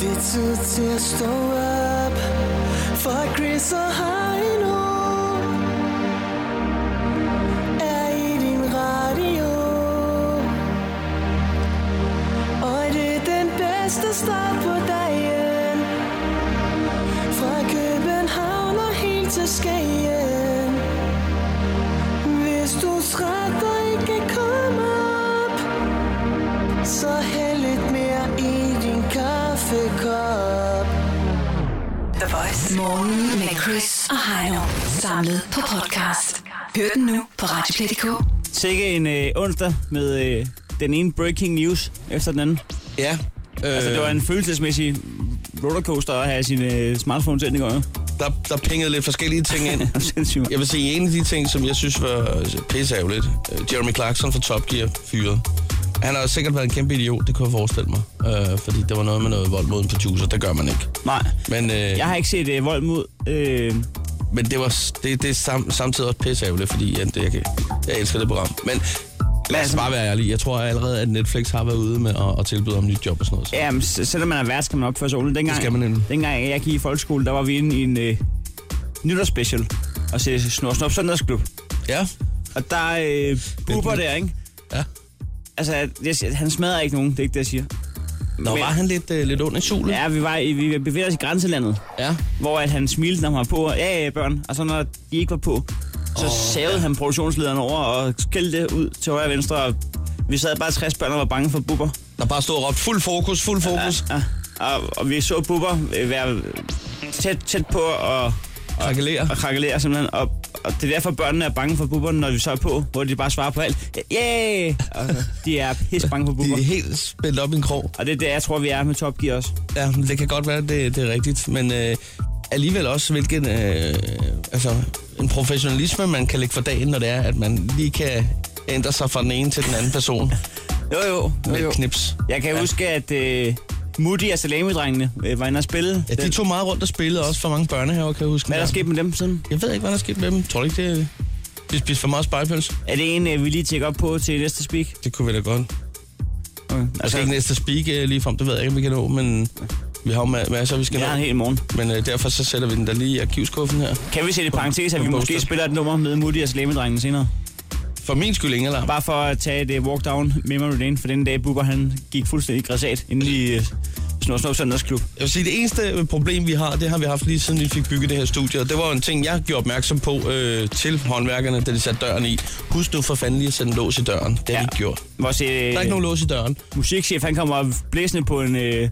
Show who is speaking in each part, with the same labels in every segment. Speaker 1: altid til at stå op For Chris og Heino Er i din radio Og det er den bedste start på dagen Fra København og helt til Skagen Hvis du er træt og ikke kan komme op Så hæld lidt mere i din kaffekop
Speaker 2: The Voice. Morgen med Chris og Heino. Samlet på podcast. Hør den nu på Radioplay.dk.
Speaker 3: Sikke en øh, onsdag med øh, den ene breaking news efter den anden.
Speaker 4: Ja. Øh,
Speaker 3: Altså, det var en følelsesmæssig rollercoaster at have sin øh, smartphone tændt i går.
Speaker 4: der, der pingede lidt forskellige ting ind.
Speaker 3: Sindssygt.
Speaker 4: Jeg vil sige, en af de ting, som jeg synes var pisseavligt, Jeremy Clarkson fra Top Gear fyret. Han har sikkert været en kæmpe idiot, det kunne jeg forestille mig. Øh, fordi der var noget med noget vold mod en producer, det gør man ikke.
Speaker 3: Nej.
Speaker 4: Men, øh,
Speaker 3: Jeg har ikke set øh, vold mod... Øh,
Speaker 4: men det, var, s- det, det er sam, samtidig også pisseavligt, fordi jeg, det, jeg, kan- jeg elsker det program. Men lad os bare være ærlige. Jeg tror allerede, at Netflix har været ude med at, at tilbyde om nyt job og sådan noget. Så.
Speaker 3: jamen, s- selvom man er vært, skal man opføre sig ordentligt. Dengang,
Speaker 4: Det skal man nemlig.
Speaker 3: Dengang jeg gik i folkeskole, der var vi inde i en øh, nytårsspecial og se Snor Snop Søndagsklub.
Speaker 4: Ja.
Speaker 3: Og der er øh, buber der, ikke?
Speaker 4: ja.
Speaker 3: Altså, jeg, siger- han smadrer ikke nogen, det er ikke det, jeg siger.
Speaker 4: Nå,
Speaker 3: Men-
Speaker 4: var han lidt, øh, lidt under solen?
Speaker 3: Ja, vi, var i, vi bevæger os i grænselandet.
Speaker 4: ja.
Speaker 3: hvor at han smilte, når han var på. Ja, ja, børn. Og så når de ikke var på, så oh, savede han produktionslederen over og skældte ud til højre og venstre. Og vi sad bare 60 børn og var bange for bubber.
Speaker 4: Der bare stod og råbte fuld fokus, fuld fokus.
Speaker 3: Ja, og, og, vi så bubber øh, være tæt, tæt på og,
Speaker 4: Krakelerer.
Speaker 3: og krakkelere simpelthen. Og, og, det er derfor, børnene er bange for bubberne, når vi så er på, hvor de bare svarer på alt. Ja, yeah! Og de er pisse bange for
Speaker 4: De
Speaker 3: bubber.
Speaker 4: er helt spændt op i en krog.
Speaker 3: Og det er der, jeg tror, vi er med Top Gear også.
Speaker 4: Ja, men det kan godt være, det, det er rigtigt, men øh, alligevel også, hvilken øh, altså, en professionalisme, man kan lægge for dagen, når det er, at man lige kan ændre sig fra den ene til den anden person
Speaker 3: Jo, jo. jo,
Speaker 4: med
Speaker 3: jo.
Speaker 4: et knips.
Speaker 3: Jeg kan ja. huske, at øh, Moody og Salami-drengene øh, var inde og spille.
Speaker 4: Ja, de
Speaker 3: den.
Speaker 4: to meget rundt og spillede også for mange børnehaver, kan jeg huske.
Speaker 3: Hvad er der sket med dem siden?
Speaker 4: Jeg ved ikke, hvad der er sket med dem. Tror du ikke, det de spiste for meget spejlpøls?
Speaker 3: Er det en, øh, vi lige tjekker op på til næste speak?
Speaker 4: Det kunne vi da godt.
Speaker 3: Okay.
Speaker 4: Altså
Speaker 3: Altså,
Speaker 4: ikke næste speak øh, lige frem, det ved jeg ikke, om vi kan nå, men vi har jo ma- masser, vi skal
Speaker 3: jeg har en
Speaker 4: nå.
Speaker 3: hel morgen.
Speaker 4: Men øh, derfor så sætter vi den der lige i arkivskuffen her.
Speaker 3: Kan vi sætte i parentes, at
Speaker 4: på
Speaker 3: vi måske
Speaker 4: poster.
Speaker 3: spiller et nummer med Moody og Slamedrengen senere?
Speaker 4: For min skyld, ingen alarm.
Speaker 3: Bare for at tage et uh, walk down memory lane, for den dag Bubber han gik fuldstændig græsat inde i uh, Snor Snor Søndagsklub.
Speaker 4: Jeg vil sige, det eneste problem, vi har, det har vi haft lige siden vi fik bygget det her studie. Og det var jo en ting, jeg gjorde opmærksom på øh, til håndværkerne, da de satte døren i. Husk nu for fanden lige at sætte en lås i døren. Det har ja. vi ikke gjort.
Speaker 3: Vores øh,
Speaker 4: Der er ikke nogen lås i døren.
Speaker 3: musikchef, han kommer blæsende på en... Uh,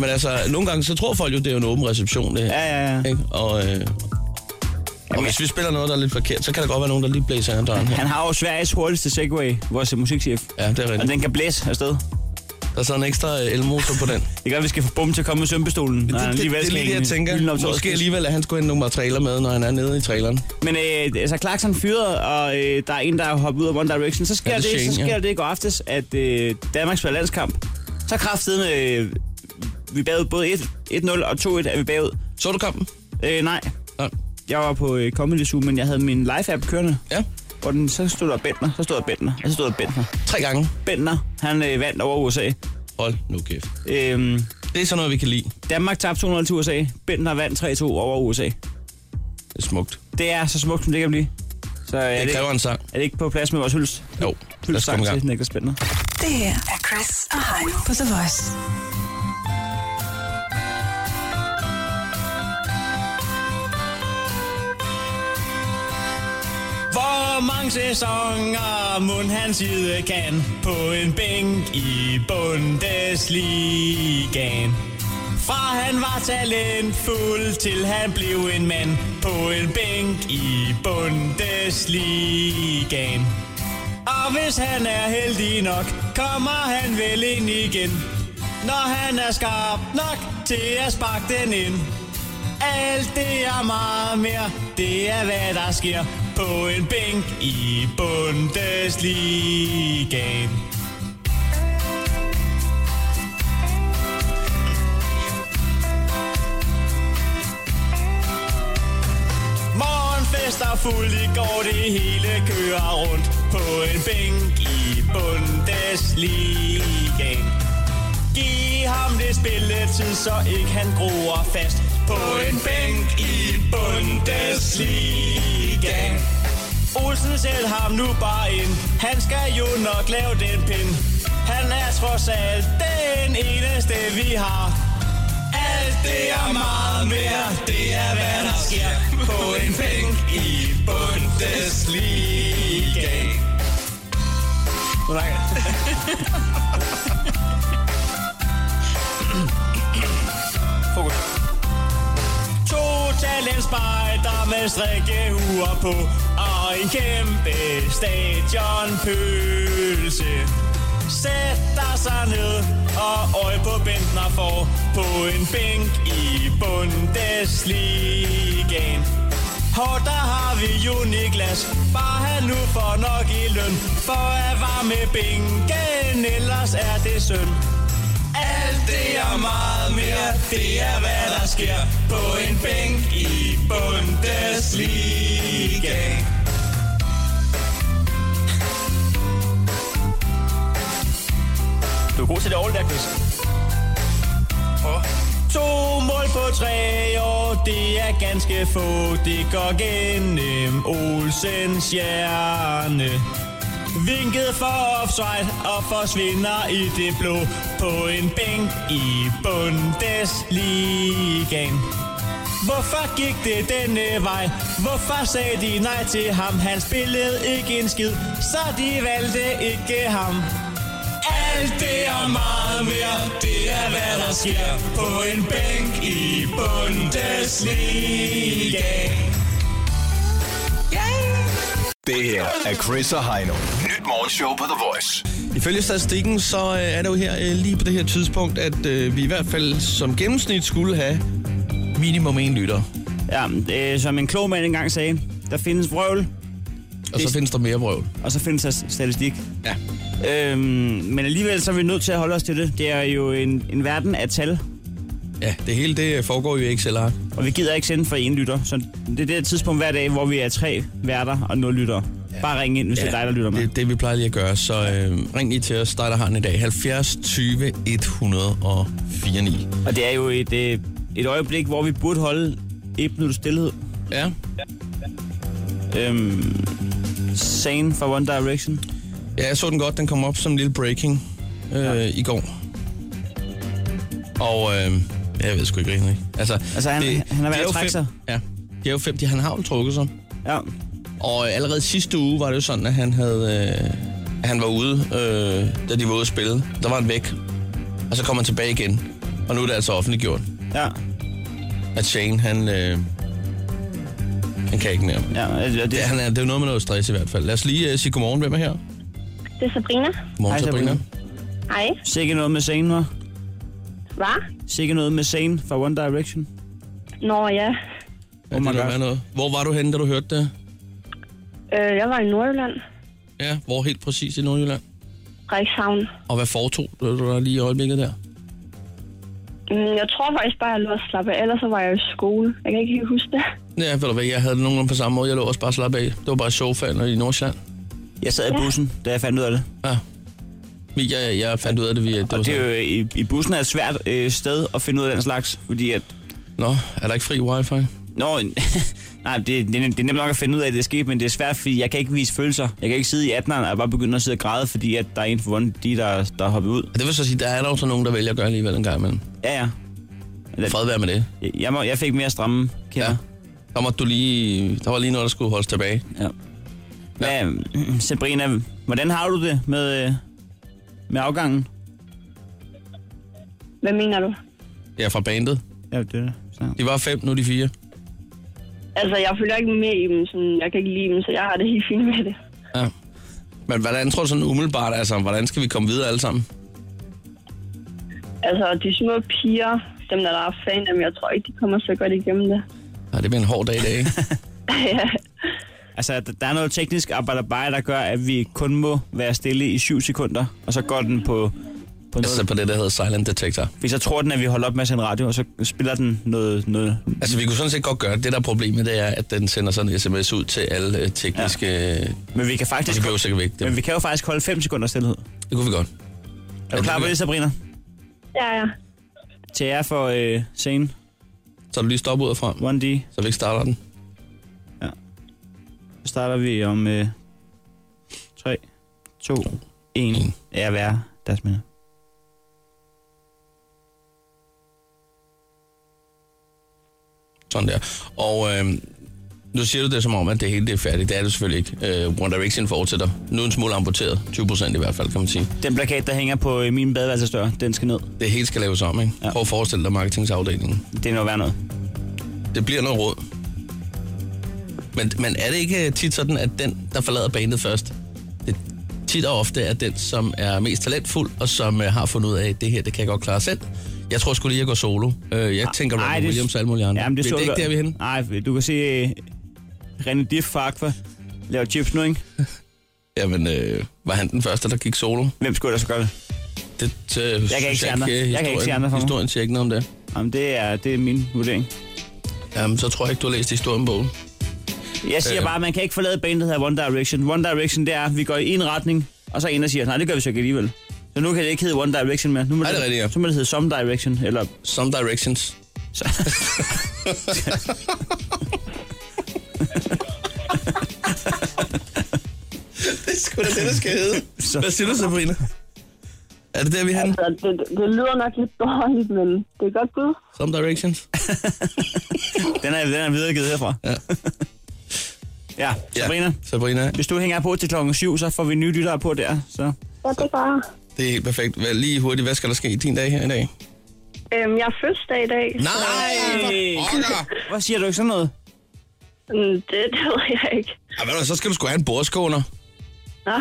Speaker 4: Men altså, nogle gange, så tror folk jo, det er en åben reception, det her.
Speaker 3: ja, ja, ja.
Speaker 4: Ikke? Og, øh, og hvis vi spiller noget, der er lidt forkert, så kan der godt være nogen, der lige blæser af døren her.
Speaker 3: Han har jo Sveriges hurtigste segway, vores øh, musikchef.
Speaker 4: Ja, det er
Speaker 3: Og
Speaker 4: rigtigt.
Speaker 3: den kan blæse afsted.
Speaker 4: Der er sådan en ekstra øh, elmotor på den.
Speaker 3: Det gør, at vi skal få bum til at komme med sømpestolen. når han
Speaker 4: det, det, det, er
Speaker 3: skal
Speaker 4: lige det,
Speaker 3: hænge
Speaker 4: jeg
Speaker 3: hylden op til
Speaker 4: tænker.
Speaker 3: vores
Speaker 4: Måske
Speaker 3: spids.
Speaker 4: alligevel, at han skulle have nogle materialer med, når han er nede i traileren.
Speaker 3: Men øh, altså, Clarkson fyrede, og øh, der er en, der er hoppet ud af One Direction. Så sker,
Speaker 4: Ja,
Speaker 3: ja,
Speaker 4: det
Speaker 3: det,
Speaker 4: er
Speaker 3: så
Speaker 4: Shane,
Speaker 3: sker
Speaker 4: ja.
Speaker 3: det i går aftes, at øh, Danmark spiller landskamp. Så kraftedeme, øh, vi bagud både 1 1-0 og 2-1 er vi bagud.
Speaker 4: Så du kampen?
Speaker 3: Øh, nej,
Speaker 4: Nej.
Speaker 3: jeg var på øh, Comedy Zoo, men jeg havde min live-app kørende.
Speaker 4: Ja,
Speaker 3: Hvor den, så stod der Bentner, så stod der Bentner, og så stod der Bentner.
Speaker 4: tre gange.
Speaker 3: Bentner, han øh, vandt over USA.
Speaker 4: Hold nu kæft.
Speaker 3: Øh,
Speaker 4: Det er sådan noget, vi kan lide.
Speaker 3: Danmark tabte 2-0 til USA. Bentner vandt 3-2 over USA.
Speaker 4: Det er smukt.
Speaker 3: Det er så smukt, som det kan blive. Så øh, er
Speaker 4: Det
Speaker 3: det,
Speaker 4: kræver en sang.
Speaker 3: er det ikke på plads med vores hylst?
Speaker 4: Jo, lad os komme
Speaker 3: Hyldsang
Speaker 4: i gang.
Speaker 3: til Niklas Bentner.
Speaker 2: Det her er Chris og Heino på The Voice.
Speaker 3: Hvor mange sæsoner mund han side kan på en bænk i Bundesligaen. Fra han var talentfuld til han blev en mand på en bænk i Bundesligaen. Og hvis han er heldig nok, kommer han vel ind igen. Når han er skarp nok til at sparke den ind. Alt det er meget mere, det er hvad der sker på en bænk i Bundesligaen. Morgenfest og fuld i går, det hele kører rundt på en bænk i Bundesligaen. Giv ham lidt spilletid, så ikke han groer fast på en bænk i Bundesliga. Olsen selv ham nu bare ind. Han skal jo nok lave den pind. Han er trods alt den eneste, vi har. Alt det er meget mere, det er hvad der sker på en bænk i Bundesliga. Nu langt. Fokus. To talentspejder med strikkehuer på Og en kæmpe stadionpølse Sætter sig ned og øje på bænken og får På en bænk i Bundesligaen og der har vi jo Niklas, bare han nu får nok i løn, for at varme bænken, ellers er det synd. Alt det og meget mere, det er hvad der sker på en bænk i Bundesliga. Du er god til det all der, Chris. To mål på tre år, det er ganske få. Det går gennem Olsens hjerne. Vinket for offside og forsvinder i det blå på en bænk i Bundesligaen. Hvorfor gik det denne vej? Hvorfor sagde de nej til ham? Han spillede ikke en skid, så de valgte ikke ham. Alt det og meget mere, det er hvad der sker på en bænk i Bundesligaen.
Speaker 5: Det her er Chris og Heino. Nyt morgenshow på The Voice.
Speaker 4: Ifølge statistikken, så øh, er det jo her øh, lige på det her tidspunkt, at øh, vi i hvert fald som gennemsnit skulle have minimum en lytter.
Speaker 3: Ja, øh, som en klog mand engang sagde, der findes vrøvl,
Speaker 4: Og så
Speaker 3: Det-
Speaker 4: findes der mere brøvl.
Speaker 3: og så findes der statistik.
Speaker 4: Ja.
Speaker 3: Øhm, men alligevel så er vi nødt til at holde os til det. Det er jo en, en verden af tal,
Speaker 4: Ja, det hele det øh, foregår jo i Excel-ark.
Speaker 3: og vi gider ikke sende for en lytter. Så det er det tidspunkt hver dag, hvor vi er tre værter og nul lyttere. Ja. Bare ring ind, hvis ja. det er dig, der lytter med.
Speaker 4: Det, det vi plejer lige at gøre, så øh, ring lige til os, dig der har den i dag. 70 20 104 9.
Speaker 3: Og det er jo et, øh, et øjeblik, hvor vi burde holde et minut stillhed.
Speaker 4: Ja,
Speaker 3: Øhm, Sane fra One Direction.
Speaker 4: Ja, jeg så den godt. Den kom op som en lille breaking øh, ja. i går. Og øh, jeg ved sgu ikke rigtig. Altså,
Speaker 3: Altså, han- han er ved
Speaker 4: de
Speaker 3: at
Speaker 4: jo
Speaker 3: trække
Speaker 4: fem-
Speaker 3: sig.
Speaker 4: Ja, de er jo fem. De, han har jo trukket sig.
Speaker 3: Ja.
Speaker 4: Og øh, allerede sidste uge var det jo sådan, at han havde... Øh, at han var ude, øh, da de var ude at spille. Der var han væk. Og så kom han tilbage igen. Og nu er det altså offentliggjort,
Speaker 3: Ja.
Speaker 4: at Shane, han... Øh, han kan ikke mere.
Speaker 3: ja. og Det,
Speaker 4: Ja, han er, det er jo noget med noget stress i hvert fald. Lad os lige øh, sige godmorgen. Hvem er her?
Speaker 6: Det er Sabrina.
Speaker 4: Godmorgen,
Speaker 3: Hej, Sabrina.
Speaker 6: Hej.
Speaker 3: Sikke noget med Sane, var?
Speaker 6: Hvad?
Speaker 3: Sikke noget med Sane fra One Direction.
Speaker 6: Nå ja,
Speaker 4: Ja,
Speaker 3: Oh
Speaker 4: det
Speaker 3: my
Speaker 4: kan der
Speaker 3: God.
Speaker 4: være noget. Hvor var du henne, da du hørte det?
Speaker 6: øh, jeg var i Nordjylland.
Speaker 4: Ja, hvor helt præcis i Nordjylland?
Speaker 6: Frederikshavn.
Speaker 4: Og hvad foretog du du der lige i øjeblikket der?
Speaker 6: Mm, Jeg tror faktisk bare, jeg lå og slappe af. Ellers så var jeg i skole. Jeg kan ikke helt huske det.
Speaker 4: Ja, ved du hvad, jeg havde det nogenlunde på samme måde. Jeg lå også bare slappe af. Det var bare i sofaen og i Nordsjælland.
Speaker 3: Jeg sad i bussen, da jeg fandt ud af det.
Speaker 4: Ja. Men Jeg, jeg fandt ud af det via... Det var
Speaker 3: Og det er
Speaker 4: sådan,
Speaker 3: jo, øh, i, i bussen er et svært øh, sted at finde ud af den slags, fordi at...
Speaker 4: Nå, er der ikke fri wifi?
Speaker 3: Nå, nej, det, det, er nem- det er nemt nok at finde ud af, at det er sket, men det er svært, fordi jeg kan ikke vise følelser. Jeg kan ikke sidde i 18'eren og bare begynde at sidde og græde, fordi at der er en for One, de der, der hopper ud.
Speaker 4: Og det vil så sige, der er der jo så nogen, der vælger at gøre alligevel en gang imellem.
Speaker 3: Ja, ja.
Speaker 4: Fred være med det.
Speaker 3: Jeg, må, jeg fik mere stramme kender.
Speaker 4: Der, måtte du lige, der var lige noget, der skulle holdes tilbage.
Speaker 3: Ja. ja. Hvad, Sabrina, hvordan har du det med, øh, med afgangen?
Speaker 6: Hvad mener du?
Speaker 4: Ja, fra bandet.
Speaker 3: Ja, det er det. Så.
Speaker 4: De var fem, nu er de fire.
Speaker 6: Altså, jeg følger ikke med i dem. Sådan, jeg kan ikke lide dem, så jeg har det helt fint med det.
Speaker 4: Ja. Men hvordan tror du sådan umiddelbart, altså, hvordan skal vi komme videre alle sammen?
Speaker 6: Altså, de små piger, dem der, der er fan af dem, jeg tror ikke, de kommer så godt igennem det.
Speaker 4: Ja, det bliver en hård dag i dag, ikke?
Speaker 6: ja.
Speaker 3: Altså, der der er noget teknisk arbejde, der gør, at vi kun må være stille i 7 sekunder, og så går den på, på noget.
Speaker 4: altså på det, der hedder Silent Detector.
Speaker 3: Hvis jeg tror den, at vi holder op med at sende radio, og så spiller den noget... noget
Speaker 4: Altså, vi kunne sådan set godt gøre det. Det, der er problemet, det er, at den sender sådan en sms ud til alle øh, tekniske... Ja. Det
Speaker 3: men vi kan faktisk...
Speaker 4: behøver sikkert væk. Det,
Speaker 3: Men vi kan jo faktisk holde 5 sekunder stillhed.
Speaker 4: det kunne vi godt.
Speaker 3: Er
Speaker 4: det
Speaker 3: du klar
Speaker 4: kan
Speaker 3: på
Speaker 4: vi.
Speaker 3: det, Sabrina?
Speaker 6: Ja, ja.
Speaker 3: Til jer for øh, scenen.
Speaker 4: Så er du lige stopper ud fra,
Speaker 3: 1D.
Speaker 4: så vi ikke starter den.
Speaker 3: Så starter vi om øh, 3, 2, 1. Ja, hver deres minder.
Speaker 4: Sådan der. Og øh, nu siger du det som om, at det hele det er færdigt. Det er det selvfølgelig ikke. Øh, One Direction fortsætter. Nu en smule amputeret. 20 procent i hvert fald, kan man sige.
Speaker 3: Den plakat, der hænger på øh, min badeværelsesdør, den skal ned.
Speaker 4: Det hele skal laves om, ikke?
Speaker 3: Ja.
Speaker 4: Prøv at forestille dig marketingsafdelingen.
Speaker 3: Det er noget værd noget.
Speaker 4: Det bliver noget råd. Men, men er det ikke øh, tit sådan, at den, der forlader bandet først, det tit og ofte er den, som er mest talentfuld, og som øh, har fundet ud af, at det her, det kan jeg godt klare selv. Jeg tror sgu lige, jeg går solo. Øh, jeg tænker,
Speaker 3: Ej,
Speaker 4: Robin
Speaker 3: Ah, det-
Speaker 4: Williams og alle mulige andre.
Speaker 3: Jamen, det,
Speaker 4: det,
Speaker 3: så
Speaker 4: det er ikke
Speaker 3: vi-
Speaker 4: der, vi er henne.
Speaker 3: Nej, du kan se øh, René Diff fra Aqua laver chips nu, ikke?
Speaker 4: Jamen, øh, var han den første, der gik solo?
Speaker 3: Hvem skulle ellers gøre det?
Speaker 4: Det, øh, jeg øh,
Speaker 3: se andre. Jeg kan ikke se andre for mig.
Speaker 4: Historien siger ikke noget om det.
Speaker 3: Jamen, det er, det er min vurdering.
Speaker 4: Jamen, så tror jeg ikke, du har læst historienbogen.
Speaker 3: Jeg siger
Speaker 4: Øh.
Speaker 3: øh. bare, at man kan ikke forlade bandet, der hedder One Direction. One Direction, det er, at vi går i en retning, og så en, der siger, nej, det gør vi så ikke alligevel. Så nu kan det ikke hedde One Direction mere. Nu må
Speaker 4: Ej, det er rigtigt, ja.
Speaker 3: så må det hedde Some Direction, eller...
Speaker 4: Some Directions.
Speaker 3: Så,
Speaker 4: Det er sgu da det, der skal hedde.
Speaker 3: Så-
Speaker 4: Hvad siger du, Sabrina? Er det der, vi er henne?
Speaker 6: Så Altså, det, det, det lyder nok lidt dårligt, men det er godt bud.
Speaker 4: Some Directions?
Speaker 3: den er, den er videregivet herfra.
Speaker 4: Ja.
Speaker 3: ja, Sabrina. Ja.
Speaker 4: Ja, Sabrina,
Speaker 3: Hvis du hænger på til klokken 7, så får vi nye lyttere på der. Så.
Speaker 6: Ja, det er bare...
Speaker 4: det er helt perfekt. Hvad, lige hurtigt, hvad skal der ske i din dag her i dag?
Speaker 6: Øhm, jeg er fødselsdag i dag.
Speaker 4: Nej!
Speaker 3: Ej.
Speaker 4: for pokker!
Speaker 3: Hvad siger du ikke sådan noget?
Speaker 6: Mm, Det, det ved jeg ikke.
Speaker 4: Ej, ved du, så skal du sgu have en bordskåner.
Speaker 6: Nå.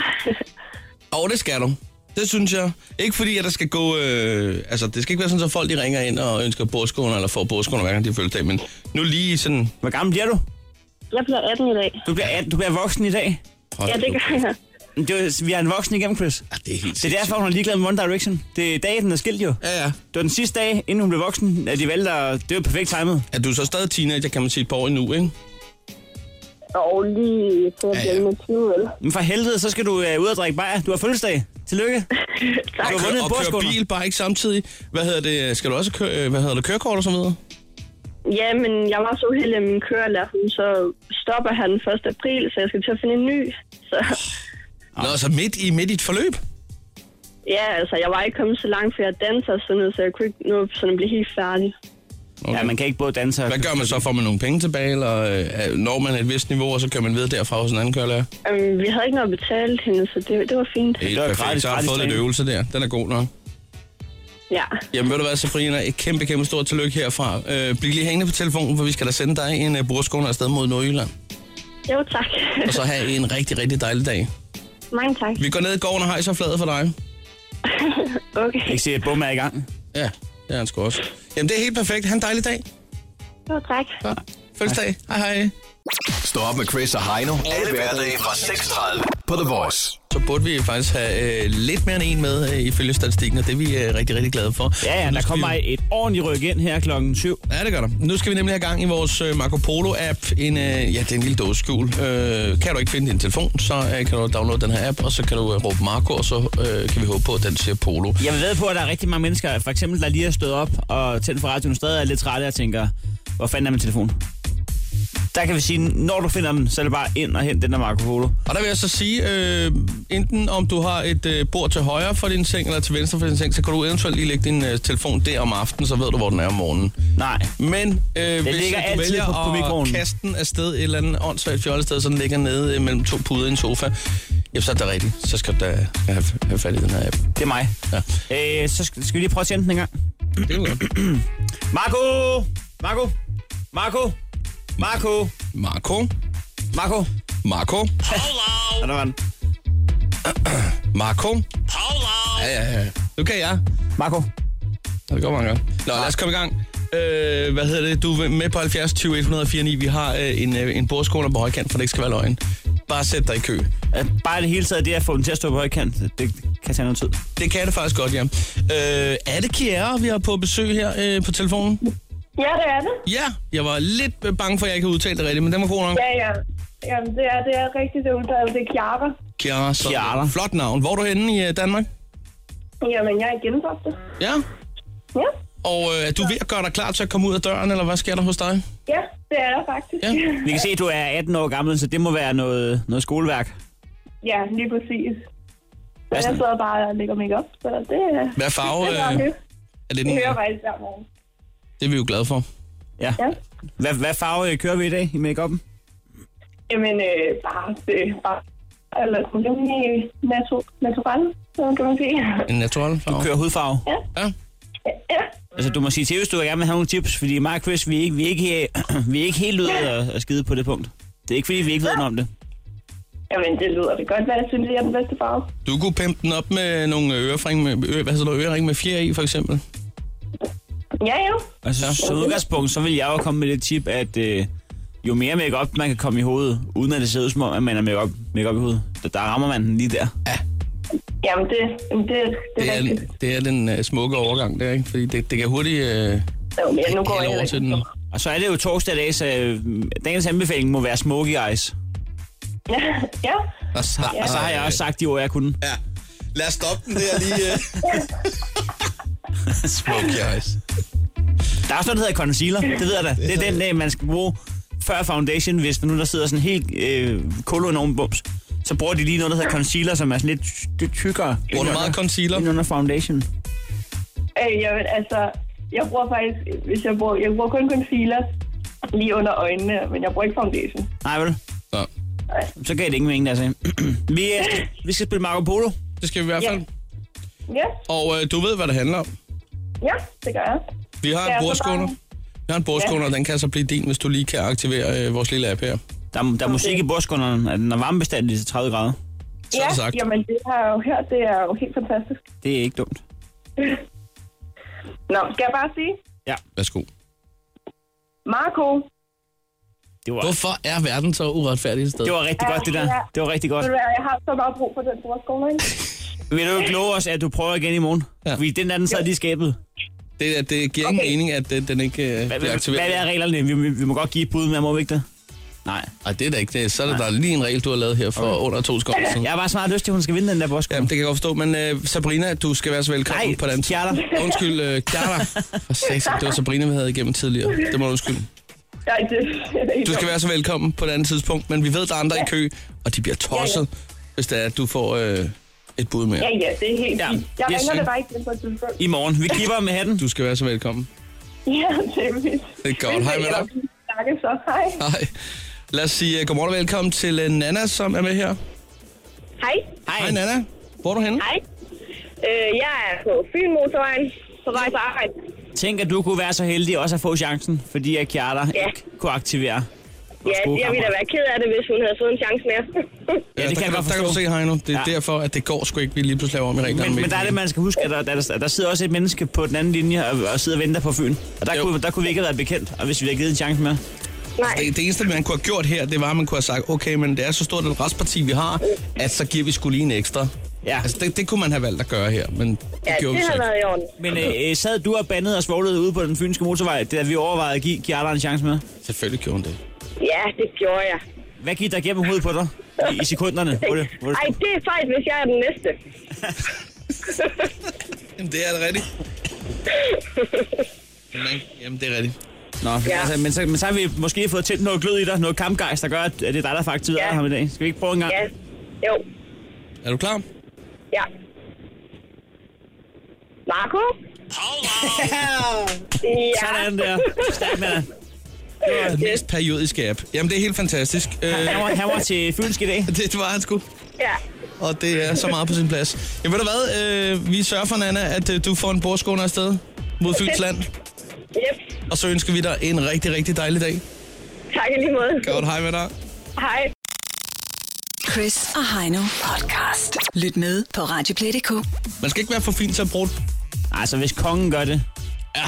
Speaker 4: Og det skal du. Det synes jeg. Ikke fordi, at der skal gå... Øh, altså, det skal ikke være sådan, at folk de ringer ind og ønsker bordskåner, eller får bordskåner, hver gang de følger dag. Men nu lige sådan...
Speaker 3: Hvor gammel bliver du?
Speaker 6: Jeg bliver 18 i dag.
Speaker 3: Du bliver, 18, du bliver voksen i dag.
Speaker 4: Hold
Speaker 6: Ja, det gør jeg.
Speaker 3: Men Det er, jo- vi er en voksen igennem, Chris.
Speaker 4: Ja, det er helt
Speaker 3: Det er derfor, hun er ligeglad med One Direction. Det er dagen, den er skilt jo.
Speaker 4: Ja, ja.
Speaker 3: Det var den sidste dag, inden hun blev voksen, at de valgte at... Det var perfekt timet.
Speaker 4: Er du så stadig teenager, kan man sige, et par år endnu, ikke?
Speaker 6: Og lige til at
Speaker 4: Ja, ja.
Speaker 6: blive med 20, eller?
Speaker 3: Men for helvede, så skal du øh, ud og drikke bajer. Du har fødselsdag. Tillykke.
Speaker 6: Tak.
Speaker 3: Du har vundet en
Speaker 4: Og køre
Speaker 3: bordskunder.
Speaker 4: bil bare ikke samtidig. Hvad hedder det? Skal du også køre, øh, hvad hedder det, kørekort og så videre?
Speaker 6: Ja, men jeg var så uheldig, at min kørelærer, hun så stopper her den 1. april, så jeg skal til at finde en ny. Så
Speaker 4: Nå, så midt i, midt i et forløb?
Speaker 6: ja, altså, jeg var ikke kommet så langt, for jeg danser og sådan noget, så jeg kunne ikke nå sådan at blive helt færdig.
Speaker 4: Okay.
Speaker 3: Ja, man kan ikke både danse og...
Speaker 4: Hvad gør man så? Får man nogle penge tilbage, eller øh, når man er et vist niveau, og så kører man videre derfra hos en anden kørelærer?
Speaker 6: Um, vi havde ikke noget betalt hende, så det, det var fint.
Speaker 4: Helt
Speaker 3: var
Speaker 4: perfekt.
Speaker 3: gratis-
Speaker 4: så har du
Speaker 3: gratis
Speaker 4: fået lidt
Speaker 3: træning.
Speaker 4: øvelse der. Den er god nok.
Speaker 6: Ja,
Speaker 4: Jamen ved du hvad, Sabrina, et kæmpe, kæmpe stort tillykke herfra. Øh, bliv lige hængende på telefonen, for vi skal da sende dig en uh, burskåner afsted mod Nordjylland.
Speaker 6: jo tak.
Speaker 4: Og så have en rigtig, rigtig dejlig dag.
Speaker 6: Mange tak.
Speaker 4: Vi går ned i gården og hejser fladet for dig.
Speaker 6: Okay,
Speaker 3: Ikke se, at bum er i gang.
Speaker 4: Ja, det er han sgu også. Jamen det er helt perfekt. Ha' en dejlig dag.
Speaker 6: jo tak.
Speaker 4: Fødselsdag. Hej hej.
Speaker 5: Stå op med Chris og Heino. Alle hverdage fra 6.30 på The Voice.
Speaker 4: Så burde vi faktisk have øh, lidt mere end en med øh, ifølge statistikken, og det er vi øh, rigtig, rigtig glade for.
Speaker 3: Ja, ja,
Speaker 4: Nu
Speaker 3: der
Speaker 4: skal
Speaker 3: kommer
Speaker 4: vi-
Speaker 3: et ordentligt ryk ind her klokken 7.
Speaker 4: Ja, det gør der. Nu skal vi nemlig have gang i vores øh, Marco Polo-app. En, øh, ja, det er en lille dåseskjul. Øh, kan du ikke finde din telefon, så øh, kan du downloade den her app, og så kan du øh, råbe Marco, og så øh, kan vi håbe på, at den siger Polo.
Speaker 3: Jeg ved på, at der er rigtig mange mennesker, for eksempel, der lige er stået op og tændt for radioen stadig er lidt trætte og tænker, hvor fanden er min telefon? Der kan vi sige, når du finder den, så er det bare ind og hent den der Marco Polo.
Speaker 4: Og der vil jeg så sige, øh, enten om du har et øh, bord til højre for din seng, eller til venstre for din seng, så kan du eventuelt lige lægge din øh, telefon der om aftenen, så ved du, hvor den er om morgenen.
Speaker 3: Nej.
Speaker 4: Men øh, hvis
Speaker 3: ligger
Speaker 4: du
Speaker 3: altid
Speaker 4: vælger
Speaker 3: på- på
Speaker 4: at
Speaker 3: mikroovnen.
Speaker 4: kaste den afsted et eller andet åndssvagt fjollet sted, så den ligger nede øh, mellem to puder i en sofa, ja, så er det rigtigt. Så skal du da have, have fat i den her app.
Speaker 3: Det er mig.
Speaker 4: Ja.
Speaker 3: Øh, så skal, skal vi lige prøve at sende den en gang.
Speaker 4: Det er jo godt.
Speaker 3: Marco! Marco! Marco! Marco!
Speaker 4: Marco,
Speaker 3: Marco!
Speaker 4: Marco,
Speaker 3: Ja, der var den.
Speaker 4: Marco. Ja, ja, ja. Nu kan jeg.
Speaker 3: Marco.
Speaker 4: Ja, Det går mange gange. Nå, lad os komme i gang. Øh, hvad hedder det? Du er med på 70 20 149. Vi har øh, en, øh, en bordskåner på højkant, for det ikke skal være løgn. Bare sæt dig i kø.
Speaker 3: Øh, Bare i det hele taget, det at få den til at stå på højkant, det kan tage noget tid.
Speaker 4: Det kan det faktisk godt, ja. Øh, er det Kiara, vi har på besøg her øh, på telefonen?
Speaker 7: Ja, det er det.
Speaker 4: Ja, jeg var lidt øh, bange for, at jeg ikke havde udtalt det rigtigt, men den var god nok.
Speaker 7: Ja, ja. Jamen, det er, det er rigtigt, det er udtaget. Det er Chiara.
Speaker 4: Kiara, så
Speaker 3: Kiara.
Speaker 4: flot navn. Hvor er du henne i øh, Danmark?
Speaker 7: Jamen, jeg er i Gentofte.
Speaker 4: Ja,
Speaker 7: Ja,
Speaker 4: Og øh, er du ved at gøre dig klar til at komme ud af døren, eller hvad sker der hos dig?
Speaker 7: ja det er jeg faktisk.
Speaker 4: Ja.
Speaker 3: Vi kan se, at du er 18 år gammel, så det må være noget, noget skoleværk.
Speaker 7: ja lige præcis. Så
Speaker 4: Altså-
Speaker 7: jeg sidder bare og lægger make op, så det,
Speaker 4: Hvad farve
Speaker 7: det er
Speaker 4: øh,
Speaker 7: bare hyggeligt.
Speaker 4: er det
Speaker 7: Det
Speaker 4: den?
Speaker 7: hører jeg faktisk hver morgen.
Speaker 4: Det er vi jo glade for.
Speaker 3: Ja.
Speaker 7: Ja.
Speaker 3: Hvad, hvad farve øh, kører vi i dag i make-up'en?
Speaker 7: Jamen, øh, bare det bare eller sådan rimelig natu- natural, så kan man sige.
Speaker 4: En natural farve.
Speaker 3: Kører hudfarve?
Speaker 4: Ja.
Speaker 7: Ja,
Speaker 3: Altså, du må sige til, hvis du gerne vil have nogle tips, fordi mig og Chris, vi er ikke, vi er ikke, vi er ikke helt ude at, at skide på det punkt. Det er ikke, fordi vi ikke ved noget om det.
Speaker 7: jamen det lyder det godt, hvad jeg synes, jeg er den bedste farve.
Speaker 4: Du kunne pimpe den op med nogle ørering med, ø, hvad hedder det, ørering med fjer i, for eksempel.
Speaker 7: Ja, jo.
Speaker 3: Altså, ja. som udgangspunkt, så vil jeg jo komme med det tip, at øh, jo mere makeup man kan komme i hovedet, uden at det ser ud som om, at man er makeup make i hovedet, der, der rammer man den lige der.
Speaker 7: Jamen, det, jamen, det, det
Speaker 4: Det
Speaker 7: er
Speaker 4: er,
Speaker 7: rigtigt.
Speaker 4: det er den øh, smukke overgang der, ikke? Fordi det, det kan hurtigt øh,
Speaker 7: Jo, men nu går
Speaker 4: hælde
Speaker 7: jeg
Speaker 4: over til den.
Speaker 3: Og så er det jo torsdag i dag, så øh, dagens anbefaling må være smoky eyes.
Speaker 7: Ja, ja.
Speaker 4: Og så,
Speaker 3: Og så har jeg også sagt de ord, jeg kunne.
Speaker 4: Ja. Lad os stoppe den der lige. øh. Smoky eyes.
Speaker 3: Der er også noget, der hedder concealer. Det ved jeg da. Det er den, øh, man skal bruge før foundation, hvis nu der sidder sådan helt øh, kolo i nogen bums. Så bruger de lige noget, der hedder concealer, som er sådan lidt, ty- lidt tykkere.
Speaker 4: Bruger du
Speaker 3: ind
Speaker 4: meget
Speaker 3: under-
Speaker 4: concealer?
Speaker 3: Ind under foundation.
Speaker 7: Øh, jamen, altså, jeg bruger faktisk, hvis jeg bruger, jeg bruger kun concealer lige under øjnene, men jeg bruger ikke foundation.
Speaker 3: Nej, vel?
Speaker 4: Nå,
Speaker 3: Så gav det ingen mening, altså. vi, øh, vi skal spille Marco Polo.
Speaker 4: det skal vi i hvert fald.
Speaker 7: Ja. Ja,
Speaker 4: Og øh, du ved, hvad det handler om.
Speaker 7: ja, det gør jeg.
Speaker 4: Vi har
Speaker 7: Ja,
Speaker 4: en
Speaker 7: så
Speaker 4: bordskåner.
Speaker 7: bare-
Speaker 4: Vi har en bordskåner, og den kan så blive din, hvis du lige kan aktivere øh, vores lille app her.
Speaker 3: Der, er- der er musik i bordskunderen, at den er varmebestandig til 30 grader.
Speaker 4: Så er
Speaker 7: ja,
Speaker 4: det sagt.
Speaker 7: jamen, det har jeg jo hørt, det er jo helt fantastisk.
Speaker 3: Det er ikke dumt.
Speaker 7: Nå, skal jeg bare sige,
Speaker 4: Værsgo.
Speaker 7: Marco,
Speaker 3: Det var,
Speaker 4: Hvorfor er verden så uretfærdig et sted?
Speaker 3: det var rigtig godt, det der. Det var rigtig godt.
Speaker 7: ved du hvad, jeg har så meget brug for den bordskole, ikke?
Speaker 3: Vil du ikke love os, at du prøver igen i morgen?
Speaker 4: Ja.
Speaker 3: Ja. Fordi den der, den sad lige i skabet.
Speaker 4: Det, det giver ingen
Speaker 7: Okay.
Speaker 4: mening, at den, den ikke øh,
Speaker 3: Hvad,
Speaker 4: bliver
Speaker 3: hvad,
Speaker 4: aktiveret.
Speaker 3: hvad er reglerne? Vi, vi, vi må godt give et bud, men må vi ikke det? Nej.
Speaker 4: Ej, det er da ikke det. Så er der, der er lige en regel, du har lavet her for okay. under to sekunder siden.
Speaker 3: Jeg har bare så meget lyst til, at hun skal vinde den der bosk.
Speaker 4: Jamen, det kan jeg godt forstå, men øh, Sabrina, du skal være så velkommen
Speaker 3: Nej,
Speaker 4: på den.
Speaker 3: Kjarter.
Speaker 4: Undskyld, øh, Kjarter. For satan, det var Sabrina, vi havde igennem tidligere. Det må du undskylde.
Speaker 7: Nej, det, det er helt
Speaker 4: Du skal
Speaker 7: dumt.
Speaker 4: være så velkommen på et andet tidspunkt, men vi ved, der er andre i kø, og de bliver tosset, hvis det er, at du får øh, et bud mere.
Speaker 7: Ja, ja, det er helt
Speaker 3: Ja.
Speaker 7: fint. Jeg
Speaker 3: Yes,
Speaker 7: ringer
Speaker 3: ikke?
Speaker 7: det bare ikke på et tidspunkt.
Speaker 3: I morgen. Vi kipper med hatten.
Speaker 4: Du skal være så velkommen.
Speaker 7: Ja, det er vildt.
Speaker 4: Det er godt. Hej med dig.
Speaker 7: Snakke så. Hej.
Speaker 4: Hej. Lad os sige øh, godmorgen og velkommen til øh, Nana, som er med her.
Speaker 6: Hej.
Speaker 4: Hej Nana. Hvor er du henne?
Speaker 6: Hej. Øh, jeg er på Fynmotorvejen på vej på arbejde.
Speaker 3: Tænk, at du kunne være så heldig også at få chancen, fordi at Kjarter
Speaker 6: Ja.
Speaker 3: ikke kunne aktivere.
Speaker 6: Ja,
Speaker 3: gode
Speaker 6: jeg ville da
Speaker 3: kammerat.
Speaker 6: være ked af det, hvis hun havde fået en chance mere.
Speaker 3: Ja, det
Speaker 4: der
Speaker 3: kan jeg
Speaker 4: du-
Speaker 3: godt
Speaker 4: Der kan du
Speaker 3: forstå.
Speaker 4: se, Heino. Det er
Speaker 3: Ja.
Speaker 4: derfor, at det går sgu ikke, vi lige pludselig laver om i reglerne.
Speaker 3: Men, men der er det, man skal huske, at der, der, der sidder også et menneske på den anden linje og, og sidder og venter på Fyn. Og der
Speaker 4: Jo.
Speaker 3: kunne, der kunne vi ikke have været bekendt, og hvis vi havde givet en chance med.
Speaker 6: Nej,
Speaker 4: Det, det eneste, man kunne have gjort her, det var, at man kunne have sagt, okay, men det er så stort et restparti, vi har, at så giver vi sgu lige en ekstra.
Speaker 3: Ja.
Speaker 4: Altså, det, det kunne man have valgt at gøre her, men det
Speaker 6: ja,
Speaker 4: gjorde
Speaker 6: det
Speaker 4: vi så
Speaker 6: har
Speaker 4: ikke.
Speaker 6: været i orden.
Speaker 3: Men øh, øh, sad du og bandede og svoglede ude på den fynske motorvej, da vi overvejede at give Kjarter en chance med?
Speaker 4: Selvfølgelig gjorde hun det.
Speaker 6: Ja, det gjorde jeg.
Speaker 3: Hvad gik der gennem hovedet på dig i, i sekunderne? Hvor det, hvor det,
Speaker 6: Ej, det er fejl, hvis jeg er den næste.
Speaker 4: Jamen, det er det rigtigt. Man, jamen, det er rigtigt.
Speaker 3: Nå, ja.
Speaker 6: Ja.
Speaker 3: altså, men, så, men så har vi måske fået tændt noget glød i dig, noget kampgejst, der gør, at at det er dig, der får aktiveret
Speaker 6: Ja.
Speaker 3: ham i dag. Skal vi ikke prøve en gang?
Speaker 6: Ja, jo,
Speaker 4: Er du klar?
Speaker 6: ja. Marco? Ja,
Speaker 3: Sådan der. Stærk, Nana.
Speaker 4: Den mest periodiske app. Jamen, det er helt fantastisk. Øh,
Speaker 3: Han var, han var til Fynsk i dag.
Speaker 4: det var han sgu.
Speaker 6: ja.
Speaker 4: Og det er så meget på sin plads. Jamen, ved du hvad? Øh, vi sørger for, Nana, at øh, du får en bordskåner afsted mod Fyns Land.
Speaker 6: Yep.
Speaker 4: Og så ønsker vi dig en rigtig, rigtig dejlig dag.
Speaker 6: Tak i lige måde.
Speaker 4: Godt, hej med dig.
Speaker 6: Hej.
Speaker 2: Chris og Heino podcast. Lyt med på Radioplay.dk.
Speaker 4: Man skal ikke være for fin til at bruge den.
Speaker 3: Altså, hvis kongen gør det.
Speaker 4: Ja.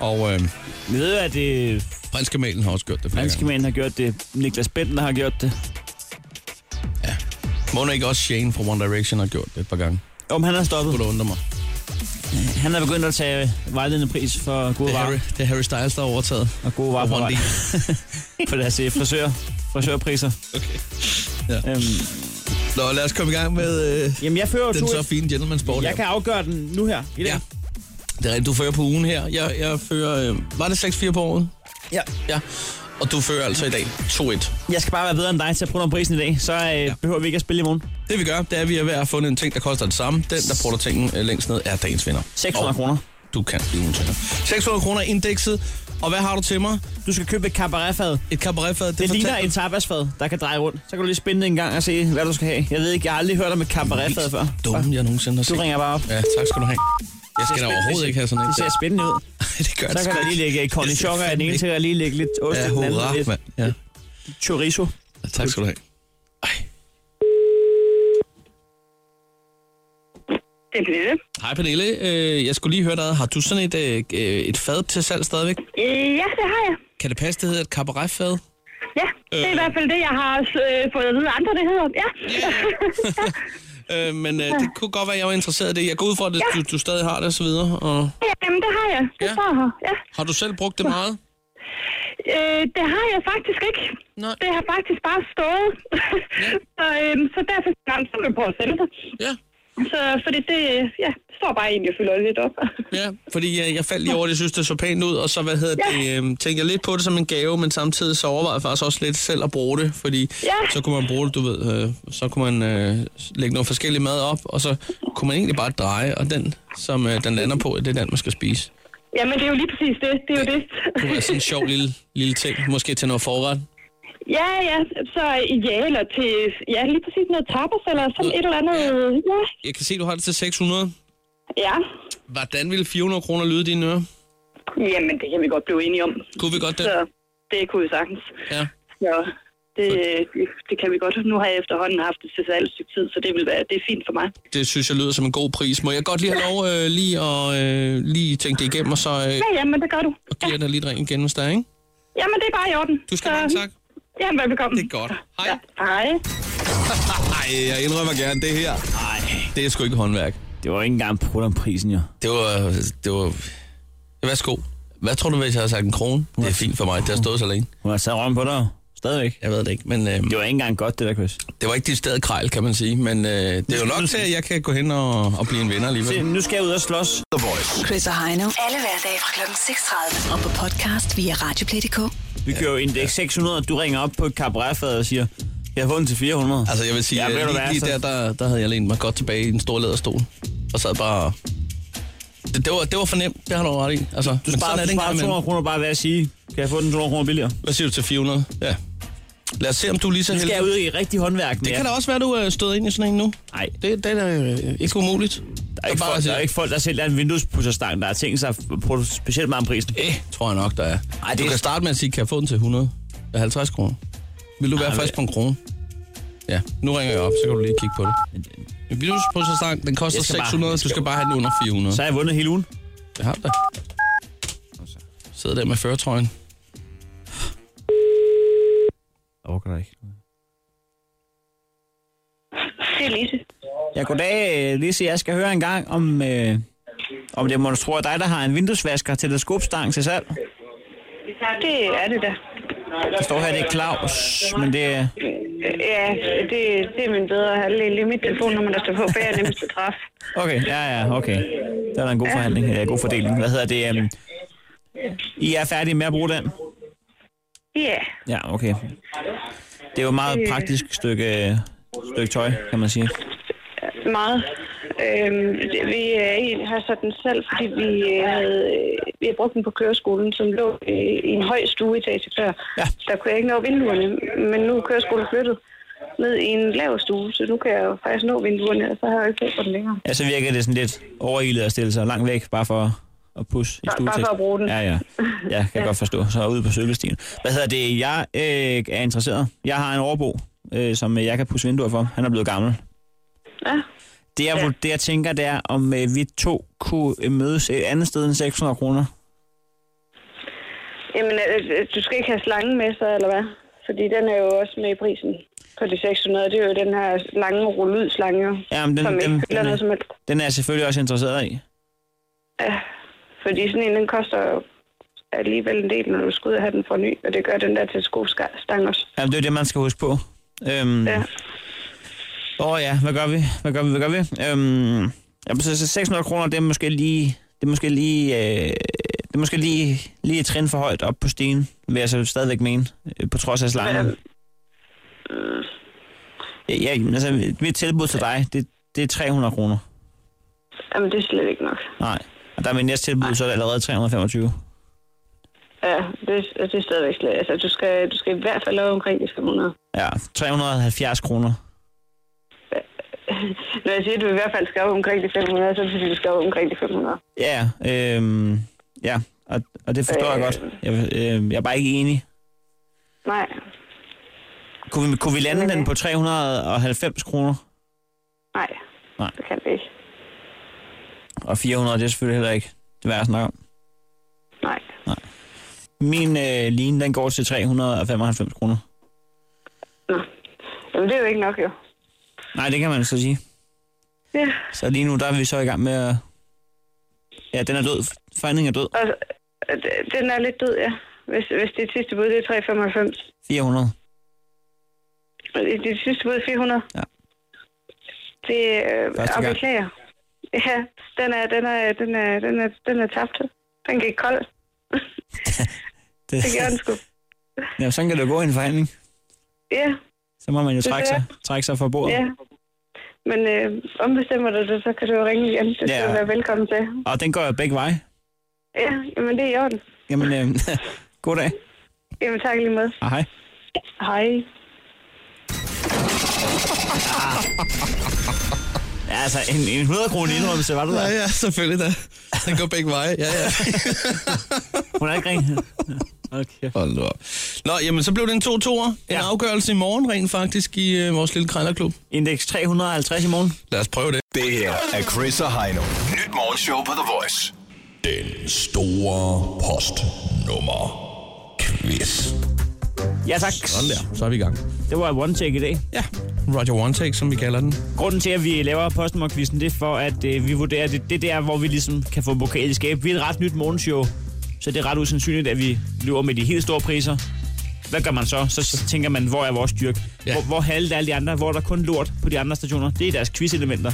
Speaker 4: Og øh,
Speaker 3: Vi ved jo, at det
Speaker 4: prinskamalen har også gjort det flere gange.
Speaker 3: franskmænd har gjort det. Niklas Bentner har gjort det.
Speaker 4: Må ikke også Shane fra One Direction har gjort det et par gange?
Speaker 3: Om han har stoppet.
Speaker 4: Skulle du undre mig.
Speaker 3: Han er begyndt at tage øh, vejledende pris for gode
Speaker 4: Det er, Harry,
Speaker 3: varer
Speaker 4: det er Harry Styles, der har overtaget.
Speaker 3: og gode varer
Speaker 4: Og
Speaker 3: på
Speaker 4: One
Speaker 3: vej. på deres øh, frisør, frisørpriser.
Speaker 4: Okay. Ja.
Speaker 3: Øhm,
Speaker 4: Nå, lad os komme i gang med øh,
Speaker 3: jamen, jeg fører jo
Speaker 4: den så
Speaker 3: tur.
Speaker 4: fine gentleman sport
Speaker 3: Jeg kan afgøre den nu her. I dag.
Speaker 4: Ja. Det er rigtigt, du fører på ugen her. Jeg, jeg fører, øh, var det 6-4 på året?
Speaker 3: Ja.
Speaker 4: Ja. Og du fører altså i dag 2-1.
Speaker 3: Jeg skal bare være bedre end dig til at prøve om prisen i dag, så øh, ja. behøver vi ikke at spille i morgen.
Speaker 4: Det vi gør, det er, at vi er ved at have fundet en ting, der koster det samme. Den, der prutter tingen øh, længst ned, er dagens vinder.
Speaker 3: 600
Speaker 4: Og
Speaker 3: kroner.
Speaker 4: Du kan blive en vinder. 600 kroner er indekset. Og hvad har du til mig?
Speaker 3: Du skal købe et cabaretfad. Det,
Speaker 4: Et cabaretfad. Det,
Speaker 3: det
Speaker 4: fortalte
Speaker 3: ligner
Speaker 4: du-
Speaker 3: en tapasfad, der kan dreje rundt. Så kan du lige spinde det en gang og se, hvad du skal have. Jeg ved ikke, jeg har aldrig hørt om et cabaretfad før.
Speaker 4: dumme, jeg nogensinde har
Speaker 3: Du
Speaker 4: set.
Speaker 3: ringer bare op.
Speaker 4: Ja, tak skal du have. Jeg skal da overhovedet ikke have sådan en.
Speaker 3: Det ser spændende ud.
Speaker 4: det gør det
Speaker 3: Så kan
Speaker 4: sgu
Speaker 3: der lige
Speaker 4: ikke.
Speaker 3: ligge øh,
Speaker 4: Det ser
Speaker 3: cornichoner af den
Speaker 4: fandme
Speaker 3: ene til, og lige ligge lidt ost
Speaker 4: Ja,
Speaker 3: i den anden.
Speaker 4: hurra,
Speaker 3: lidt
Speaker 4: mand. Ja.
Speaker 3: Chorizo.
Speaker 4: Tak skal du have. Ej.
Speaker 7: Det er det.
Speaker 4: Hej Pernille, Øh, jeg skulle lige høre dig. Har du sådan et, øh, øh, et fad til salg stadigvæk?
Speaker 7: Ja, det har jeg.
Speaker 4: Kan det passe, det hedder et cabaretfad?
Speaker 7: Ja, det er i hvert fald det, jeg har øh, fået at vide, andre det hedder. Ja.
Speaker 4: Øh, men øh, det kunne godt være, at jeg var interesseret i det. Jeg går ud fra, at det- du, du stadig har det og så videre. Og
Speaker 7: ja, jamen, det har jeg. Det
Speaker 4: Ja.
Speaker 7: står her. Ja.
Speaker 4: har du selv brugt det meget?
Speaker 7: Øh, det har jeg faktisk ikke.
Speaker 4: Nej.
Speaker 7: Det har faktisk bare stået.
Speaker 4: Ja.
Speaker 7: så, øh, så derfor skal jeg simpelthen på at sælge det.
Speaker 4: Ja.
Speaker 7: Så fordi det øh, ja, står bare egentlig og fylder lidt op.
Speaker 4: Ja, fordi jeg, jeg faldt lige over, det synes, det så pænt ud, og så hvad hedder det, øh, tænkte jeg lidt på det som en gave, men samtidig så overvejede jeg faktisk også lidt selv at bruge det, fordi
Speaker 7: Ja.
Speaker 4: så kunne man bruge det, du ved, øh, så kunne man øh, lægge noget forskellige mad op, og så kunne man egentlig bare dreje, og den, som øh, den lander på, det er den, man skal spise.
Speaker 7: Jamen, det er jo lige præcis det. Det er jo det.
Speaker 4: Det kunne være sådan en sjov lille, lille ting, måske til noget forret.
Speaker 7: ja, ja. Så ja, eller til ja, lige præcis noget tapas eller sådan et eller andet. Ja.
Speaker 4: Jeg kan se, du har det til 600.
Speaker 7: ja.
Speaker 4: Hvordan ville 400 kroner lyde i dine ører?
Speaker 7: Jamen, det kan vi godt blive enige om.
Speaker 4: Kunne vi godt det?
Speaker 7: Så det kunne vi sagtens.
Speaker 4: Ja.
Speaker 7: Så det, det kan vi godt. Nu har jeg efterhånden haft det til salg et stykke tid, så det vil være det er fint for mig.
Speaker 4: Det synes jeg lyder som en god pris. Må jeg godt lige have lov øh, lige at øh, lige tænke det igennem, og så øh,
Speaker 7: Ja, jamen, det gør du.
Speaker 4: og give dig lige et ring igen, hvis der er, ikke?
Speaker 7: Jamen, det er bare i orden.
Speaker 4: Du skal
Speaker 7: Så-
Speaker 4: have en tak.
Speaker 7: Jamen, velbekomme.
Speaker 4: Det er godt. Hej.
Speaker 7: Ja, hej.
Speaker 4: Nej, jeg indrømmer gerne det her. Nej, det er sgu ikke håndværk.
Speaker 3: Det var ikke engang på om prisen, jo.
Speaker 4: Det var, det var... Værsgo. Hvad tror du, hvis jeg havde sagt en krone? Det er fint for mig, det har stået så længe.
Speaker 3: Hun har sat røven på dig. Stadigvæk.
Speaker 4: Jeg ved det ikke, men øh,
Speaker 3: Det var ikke engang godt, det der quiz.
Speaker 4: det var ikke dit sted krejl, kan man sige. Men øh, det er jo nok til, at jeg kan gå hen og, og blive en vinder alligevel.
Speaker 3: Se, nu skal jeg ud og slås.
Speaker 5: The Voice.
Speaker 2: Chris og Heino. Alle hverdage fra kl. 6.30. Og på podcast via Radioplay.dk.
Speaker 3: Vi kører jo indeks 600, og du ringer op på et cabaretfad og siger, jeg har fundet til 400.
Speaker 4: Altså, jeg vil sige,
Speaker 3: Ja,
Speaker 4: ja,
Speaker 3: ved du
Speaker 4: lige,
Speaker 3: hvad,
Speaker 4: lige der,
Speaker 3: så-
Speaker 4: der, der havde jeg lænet mig godt tilbage i en stor læderstol. Og sad bare... Det, det, var, det var for nemt, det har du ret i. Altså,
Speaker 3: Du
Speaker 4: men sådan
Speaker 3: sparer,
Speaker 4: er det
Speaker 3: du
Speaker 4: en
Speaker 3: sparer
Speaker 4: gang
Speaker 3: 200
Speaker 4: imellem.
Speaker 3: kroner bare ved at sige, kan jeg få den 200 kroner billigere?
Speaker 4: Hvad siger du til 400? Ja. Lad os se, om du er lige så
Speaker 3: Nu skal
Speaker 4: heldig.
Speaker 3: jeg ud i rigtig håndværk.
Speaker 4: Det kan da også være, du er stået ind i sådan en nu.
Speaker 3: Nej,
Speaker 4: Det, det er da øh, ikke umuligt.
Speaker 3: der er, ikke
Speaker 4: bare
Speaker 3: folk,
Speaker 4: at
Speaker 3: der
Speaker 4: sige-
Speaker 3: er ikke folk, der selv er en vinduespudserstang, der har tænkt sig at bruge specielt meget om prisen.
Speaker 4: Eh, tror jeg nok, der er.
Speaker 3: Ej, det
Speaker 4: du
Speaker 3: er-
Speaker 4: kan starte med at sige, kan jeg få den til 100? Ja, 50 kroner. Vil du være
Speaker 3: men-
Speaker 4: frisk på en krone? Ja, nu ringer jeg op, så kan du lige kigge på det. En vinduespulserstang, den koster
Speaker 3: Jeg skal bare-
Speaker 4: 600,
Speaker 3: jeg
Speaker 4: du
Speaker 3: skal-
Speaker 4: skal bare have den under 400.
Speaker 3: Så har jeg vundet hele ugen.
Speaker 4: Det har du da. Sidder der med 40-trøjen.
Speaker 3: Overgår der ikke.
Speaker 7: Det er Lise.
Speaker 3: Ja, goddag, øh, Lise. Jeg skal høre en gang om, øh, om det må du tro, at dig, der har en vinduesvasker til det skubstang til salg.
Speaker 7: Det er det da.
Speaker 3: Der står her, det er Claus, men det er...
Speaker 7: Ja, det, det er min bedre halvdel. Det er mit telefonnummer, der står på, for jeg er nemmest at træffe.
Speaker 3: Okay, ja, ja, okay. Der er da en god forhandling, ja, god fordeling. Hvad hedder det? Um... I er færdige med at bruge den?
Speaker 7: Ja,
Speaker 3: Ja, okay. Det er jo et
Speaker 7: Øh.
Speaker 3: meget praktisk stykke, stykke tøj, kan man sige.
Speaker 7: meget. Øhm, det, vi øh, egentlig har sat den selv, fordi vi, øh, havde, øh, vi har brugt den på køreskolen, som lå øh, i en høj stueetage før.
Speaker 3: Ja.
Speaker 7: Der kunne jeg ikke nå vinduerne, men nu er køreskolen flyttet ned i en lav stue, så nu kan jeg jo faktisk nå vinduerne, og så har jeg jo ikke brug for den længere.
Speaker 3: Ja, så virker det sådan lidt overilet at stille sig langt væk, bare for at pusse i
Speaker 7: Bare-
Speaker 3: stuetekst.
Speaker 7: bare for at bruge den.
Speaker 3: Ja, ja. Ja, kan jeg godt forstå. Så ude på cykelstien. Hvad hedder det? Jeg øh, er interesseret. Jeg har en overbo, øh, som øh, jeg kan pusse vinduer for. Han er blevet gammel.
Speaker 7: Ja.
Speaker 3: Det jeg, ja. det, jeg tænker, det er, om øh, vi to kunne øh, mødes et andet sted end 600 kroner.
Speaker 7: Jamen, øh, øh, du skal ikke have slangen med så, eller hvad? Fordi den er jo også med i prisen på de 600. Det er jo den her lange rulleudslange,
Speaker 3: Jamen, den,
Speaker 7: som
Speaker 3: den,
Speaker 7: ikke fylder
Speaker 3: den,
Speaker 7: noget
Speaker 3: er,
Speaker 7: som helst.
Speaker 3: den er jeg selvfølgelig også interesseret i.
Speaker 7: Fordi sådan en, den koster jo alligevel en del, når du skal ud og have den for ny, og det gør den der til skostang også.
Speaker 3: Jamen, det er det, man skal huske på. Øhm,
Speaker 7: Ja.
Speaker 3: Åh ja, hvad gør vi? Hvad gør vi? Hvad gør vi? Øhm, jamen, så, så 600 kroner, det er måske lige... det er måske lige, øh, det er måske lige, lige et trin for højt op på stigen, vil jeg så stadigvæk mene, øh, på trods af slangen. Øh. Ja, ja, men altså, mit tilbud til dig, det, det er 300 kroner.
Speaker 7: Jamen, det er slet ikke nok.
Speaker 3: Nej. Og der er mit næste tilbud, så er det allerede 325.
Speaker 7: Ja, det, det er stadigvæk slet. Altså, du skal, du skal i hvert fald lave omkring de 500.
Speaker 3: Ja, 370 kroner.
Speaker 7: Når jeg siger, at du i hvert fald skal op omkring de 500, så er det fordi, du skal op omkring de 500.
Speaker 3: Ja, øhm, ja, og, og det forstår øh, jeg godt. Jeg, øh, jeg er bare ikke enig.
Speaker 7: Nej,
Speaker 3: Kunne vi, kunne vi lande
Speaker 7: Men,
Speaker 3: den
Speaker 7: øh,
Speaker 3: på 390 kroner?
Speaker 7: nej,
Speaker 3: Nej.
Speaker 7: det kan vi ikke.
Speaker 3: Og 400, det er selvfølgelig heller ikke det værd at snakke om.
Speaker 7: Nej.
Speaker 3: Min øh, line, den går til 395 kroner.
Speaker 7: Nå. Jamen, det er jo ikke nok, jo.
Speaker 3: Nej, det kan man så sige.
Speaker 7: Ja,
Speaker 3: Så lige nu, der er vi så i gang med at... Ja, den er død. Forhandlingen er død.
Speaker 7: og øh, d- den er lidt død, ja. Hvis, hvis det sidste bud, det er 395.
Speaker 3: 400.
Speaker 7: Og Det det Øh, sidste bud er 400.
Speaker 3: Ja.
Speaker 7: Det øh,
Speaker 3: Første
Speaker 7: og
Speaker 3: gang.
Speaker 7: beklager. Ja, den er, den er, den er, den er, den er tabt. Den gik kold.
Speaker 3: Det,
Speaker 7: Det gjorde den sgu.
Speaker 3: ja, sådan kan det jo gå i en forhandling.
Speaker 7: Ja,
Speaker 3: Så må man jo
Speaker 7: Det
Speaker 3: trække sig, trække sig fra bordet.
Speaker 7: ja. Men øh, ombestemmer du dig, så kan du jo ringe igen. Det skal
Speaker 3: Ja.
Speaker 7: du være velkommen til.
Speaker 3: Og den går jo begge veje.
Speaker 7: Ja, jamen det er i orden.
Speaker 3: Jamen, øh, god dag.
Speaker 7: Jamen tak lige med.
Speaker 3: Og hej.
Speaker 7: Hej.
Speaker 3: Ja, altså, en, en 100 kroner indrømmelse, var det
Speaker 4: Ja,
Speaker 3: der?
Speaker 4: ja, selvfølgelig da. Den går begge veje. Ja, ja.
Speaker 3: Hun er ikke ringet. Okay.
Speaker 4: Hold nu op. Nå, jamen, så blev det en 2 2'er. En
Speaker 3: Ja.
Speaker 4: ja. afgørelse i morgen rent faktisk i øh, vores lille krejlerklub.
Speaker 3: Indeks 350 i morgen.
Speaker 4: Lad os prøve det.
Speaker 5: Det her er Chris og Heino. Nyt morgenshow på The Voice.
Speaker 8: Den store postnummer quiz.
Speaker 3: Ja, tak.
Speaker 4: Sådan der, så er vi i gang.
Speaker 3: Det var one take i dag.
Speaker 4: Ja, Roger One Take, som vi kalder den.
Speaker 3: Grunden til, at vi laver postnummerquizzen, det er for, at øh, vi vurderer, det, det er der, hvor vi ligesom kan få pokal i skab. Vi er et ret nyt morgenshow, så det er ret usandsynligt, at vi løber med de helt store priser. Hvad gør man så? Så, så tænker man, hvor er vores styrke? Ja.
Speaker 4: Ja.
Speaker 3: Hvor, hvor halvt er alle de andre? Hvor er der kun lort på de andre stationer? Det er deres quizelementer.